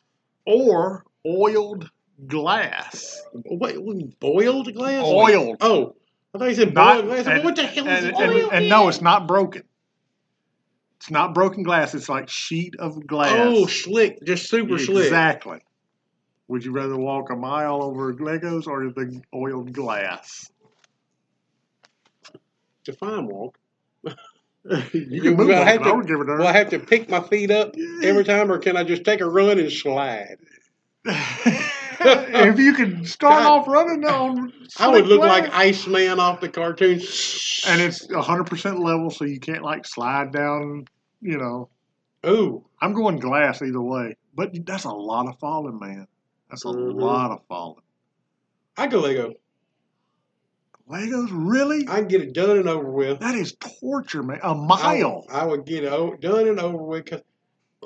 D: or oiled glass?
C: Wait, what, boiled glass?
D: Oiled.
C: Oh, I thought you said
D: Not-
C: boiled glass. I mean,
D: and-
C: what the hell is
D: and,
C: oil?
D: and, and no, it's not broken. It's not broken glass. It's like sheet of glass.
C: oh, slick, just super slick.
D: Exactly. Would you rather walk a mile over Legos or the oiled glass?
C: Define walk.
D: You
C: Well,
D: can move
C: I
D: on.
C: had
D: it.
C: to-
D: I would give it
C: Will I
D: a
C: have to pick my feet up every time, or can I just take a run and slide?
D: if you could start
C: God.
D: off running on,
C: I would
D: slick
C: look
D: glass.
C: like Iceman off the cartoon.
D: and it's hundred percent level, so you can't like slide down. You know,
C: ooh,
D: I'm going glass either way, but that's a lot of falling, man. That's a
C: Mhm.
D: lot of falling.
C: I go Lego.
D: Legos, really?
C: I can get it done and over with.
D: that is torture, man. A
C: I-
D: mile.
C: I, would get it o- done and over with. 'cause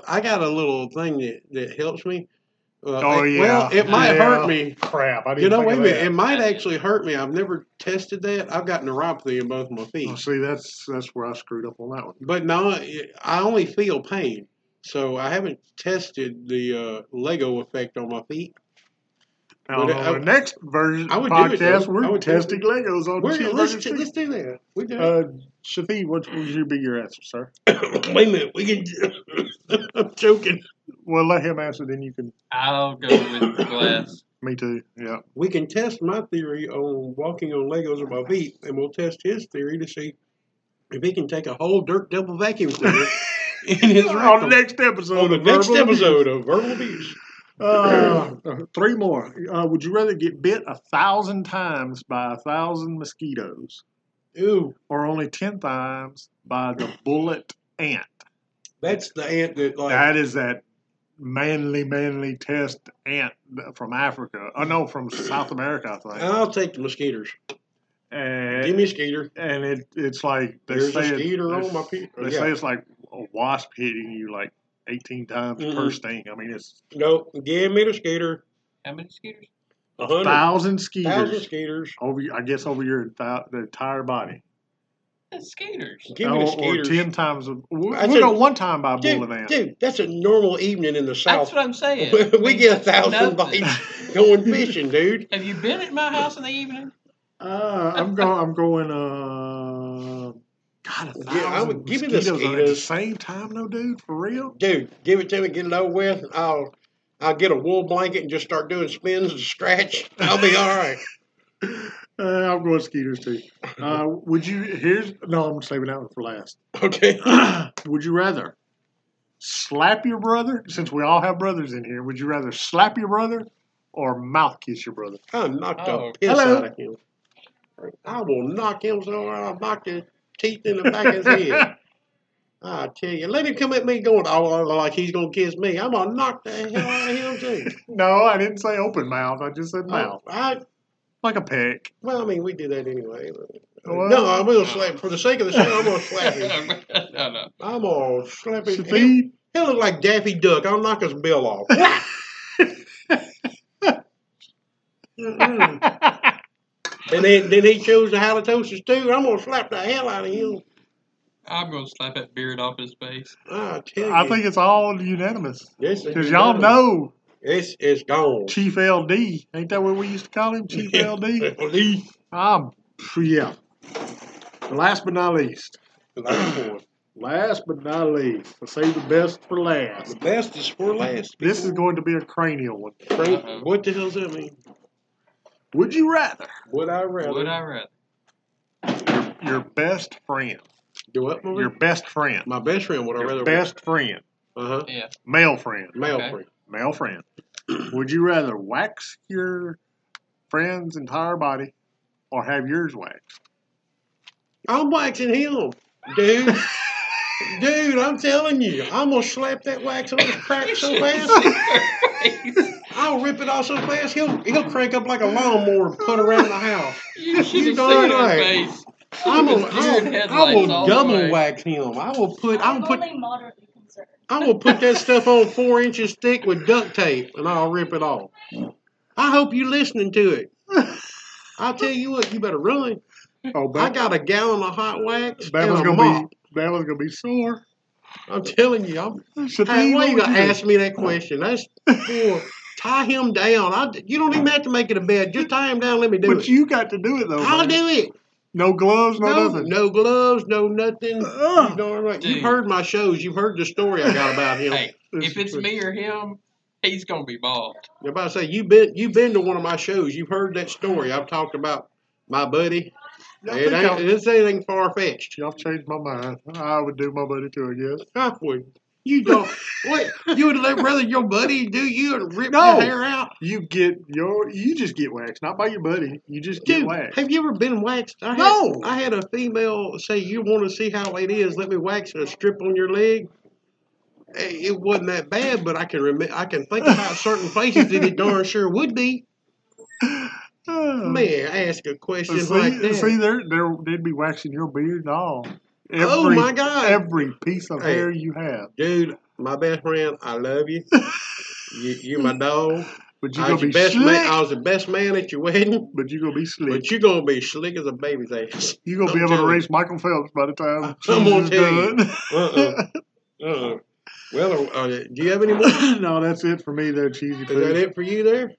C: I got a little thing that, that helps me. Uh,
D: Oh,
C: it-
D: yeah.
C: Well, it might
D: Yeah.
C: hurt me.
D: Crap! I didn't
C: You know,
D: think
C: wait a
D: of
C: minute.
D: that.
C: It might actually hurt me. I've never tested that. I've got neuropathy in both my
D: Oh,
C: feet.
D: see, that's that's where I screwed up on that one.
C: But no, it- I only feel pain. So I haven't tested the uh, Lego effect on my feet.
D: Now,
C: But,
D: on
C: uh,
D: the next version
C: I would do
D: podcast,
C: it, though. I
D: we're
C: would do it.
D: testing Legos on
C: We're,
D: Cheeseburger
C: let's,
D: City.
C: let's do that. We do
D: Uh, Shafi, what would you be your answer, sir?
C: Wait a minute. We can. I'm joking.
D: Well, let him answer, then you can.
A: I'll go with the glass.
D: Me too. Yeah.
C: We can test my theory on walking on Legos with my feet, and we'll test his theory to see if he can take a whole dirt devil vacuum cleaner in his
D: on the
C: rectum.
D: next episode.
C: on the
D: of
C: next
D: Verbal Abuse.
C: episode of Verbal Abuse.
D: Uh, three more. Uh, would you rather get bit a thousand times by a thousand mosquitoes,
C: Ooh,
D: or only ten times by the bullet ant?
C: that's the ant that like
D: That is that manly, manly test ant from Africa. Oh no, from South America, I think.
C: I'll take the mosquitoes. Uh, Give
D: And,
C: me a skeeter.
D: and it, it's like they
C: There's a
D: say it-
C: skeeter
D: they
C: on my feet.
D: They say
C: Yeah.
D: it's like a wasp hitting you like 18 times per
C: Mm-mm.
D: sting. I mean, it's
C: No, give me the skeeter.
A: How many scooters?
C: A hundred
D: thousand
C: thousand
D: skeeters
C: skeeters.
D: over, I guess, over your enti- the entire body.
A: That's scooters.
C: Give me
D: or,
C: the
D: or
C: skeeters.
D: 10 times. Of, we'll
C: I
D: we'll
C: said-
D: go one time by bullet
C: Dude,
D: ant.
C: dude, that's a normal evening in the
A: That's
C: South.
A: what I'm saying.
C: we get a thousand
A: Nothing.
C: bites going fishing, dude.
A: Have you been at my house in the evening?
D: Uh, I'm going. I'm going. Uh, God, a thousand
C: Yeah, I would- give me the
D: mosquitoes at the
C: mosquitoes.
D: same time, no, dude, for real.
C: Dude, give it to me, get it over with. I'll I'll get a wool blanket and just start doing spins and scratch. I'll be all right.
D: Uh, I'm going skeeters too. Uh, would you? Here's no. I'm saving that one for last.
C: Okay.
D: would you rather slap your brother? Since we all have brothers in here, would you rather slap your brother or mouth kiss your brother?
C: I'm knocked
A: Oh,
C: the piss
D: hello.
C: out of him. I will knock him so hard I'll knock his teeth in the back of his head. I tell you, let him come at me going, oh, like he's going to kiss me. I'm going to knock the hell out of him, too.
D: no, I didn't say open mouth. I just said mouth,
C: Oh, I,
D: like a peck.
C: well, I mean, we do that anyway.
D: Well-
C: no, I'm going to slap. For the sake of the show, I'm going to slap him.
A: no, no.
C: I'm going to slap him. He,
D: Speed.
C: he look like Daffy Duck. I'll knock his bill off. Mm-mm. Mm-hmm. and then, then he chose the halitosis, too. I'm going to slap the hell out of him.
A: I'm gonna slap that beard off his face.
C: I tell you.
D: I think it's all unanimous.
C: This is
D: Because y'all know
C: It's it's gone.
D: Chief LD. Ain't that what we used to call him? Chief
C: Yeah.
D: LD?
C: Leave.
D: Um, yeah. Last but not least.
C: Last one.
D: Last but not least. I save the best for
C: The
D: last.
C: best is for last.
D: This is going to be a cranial one.
C: Frank,
A: Uh-oh.
C: what the hell's that mean?
D: Would you rather
C: Would I rather
A: Would I rather?
D: your best friend,
C: do what? Marie?
D: your best friend,
C: my best friend. Would I rather
D: your best friend,
C: Uh huh.
A: Yeah.
D: male friend,
C: Male
A: Okay.
C: friend.
D: male friend, would you rather wax your friend's entire body or have yours waxed?
C: I'm waxing him, dude. dude, I'm telling you, I'm gonna slap that wax on his crack so fast.
A: you
C: I'll rip it off so fast. He'll he'll crank up like a lawnmower and put around the house.
A: should have
C: darn
A: seen
C: right.
A: his face.
C: I'm
A: was
C: gonna,
A: deer in
C: I'll- I
A: headlights
C: will
A: all
C: double
A: the way.
C: wax him. I will put. I will
F: I'm
C: put.
F: only moderately concerned.
C: I will put that stuff on four inches thick with duct tape and I'll rip it off. I hope you listening to it. I'll tell you what, you better run.
D: Oh,
C: I
D: but
C: got a gallon of hot wax
D: that
C: and
D: was
C: a
D: gonna
C: mop.
D: be that was gonna be sore.
C: I'm telling you. I'm,
D: Should
C: hey,
D: they-
C: why
D: what
C: you
D: would
C: gonna
D: you do?
C: ask me that question? That's for tie him down. I, you don't even have to make it a bed. Just tie him down. Let me do
D: But
C: it.
D: you got to do it though.
C: I'll
D: man.
C: do it.
D: No gloves, no,
C: No,
D: nothing.
C: no gloves, no nothing. You
D: Ugh.
C: darn right. You've
A: Dude.
C: heard my shows. You've heard the story I got about him.
A: Hey, if it's me or him, he's gonna be bald.
C: You're about to say you've been you've been to one of my shows. You've heard that story. I've talked about my buddy
D: Y'all
C: It
D: think
C: ain't,
D: I'll-
C: it's anything far fetched.
D: Y'all changed my mind. I would do my buddy too, I guess.
C: Halfway. You don't. what? You would let rather your buddy do you and rip
D: No.
C: your hair out?
D: You get your, you just get waxed, not by your buddy. You just get
C: Dude,
D: waxed.
C: have you ever been waxed? I had,
D: No.
C: I had a female say, "You want to see how it is? Let me wax a strip on your leg." Eh, It wasn't that bad, but I can remember. I can think about certain places that it darn sure would be.
D: Uh-huh.
C: Man, ask a question
D: see,
C: like that.
D: see, they're, they're, they'd be waxing your beard and all. Every,
C: oh my god,
D: Every piece of
C: Hey.
D: hair you have.
C: dude, my best friend, I love you. you you my dog.
D: But
C: I
D: you're going to
C: was, your
D: be
C: best
D: slick.
C: man, I was the best man at your wedding,
D: but you're going to be slick.
C: but you're gonna be slick as a baby's ass.
D: You're going to be
C: I'm
D: able to
C: telling
D: race Michael Phelps by the time
C: I'm gonna
D: she's
C: tell you.
D: done.
C: Uh uh-uh, uh. Well, uh, do you have any more? Is
D: no, that's it for me, though, Cheesy Poo.
C: that it for you there?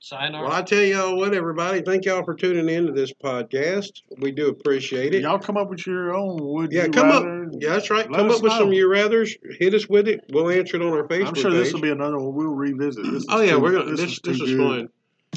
A: Sign
C: Well, I tell y'all what, everybody. Thank y'all for tuning in to this podcast. We do appreciate it.
D: Y'all come up with your own would
C: yeah,
D: you
C: come
D: rather.
C: up. Yeah, that's right.
D: Let
C: come
D: us
C: up with
D: know.
C: some you rathers. Hit us with it. We'll answer it on our Facebook
D: I'm sure this
C: page.
D: will be another one we'll revisit. This is
C: Oh yeah,
D: too-
C: we're gonna. This
D: is
C: this
D: too
C: is
D: good.
C: fun.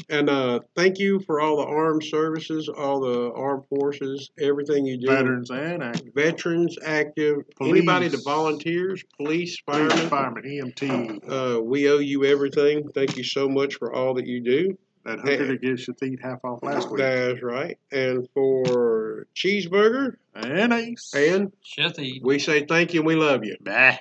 C: And uh, thank you for all the armed services, all the armed forces, everything you do.
D: Veterans and actors,
C: Veterans, active, anybody that
D: Police.
C: volunteers, police,
D: firemen,
C: firemen.
D: firemen, EMT,
C: Uh, we owe you everything. Thank you so much for all that you do.
D: that hooker that gets your teeth half off last week,
C: That's right. And for cheeseburger,
D: and ace,
C: and
A: Shitty.
C: we say thank you. and We love you.
D: Bah.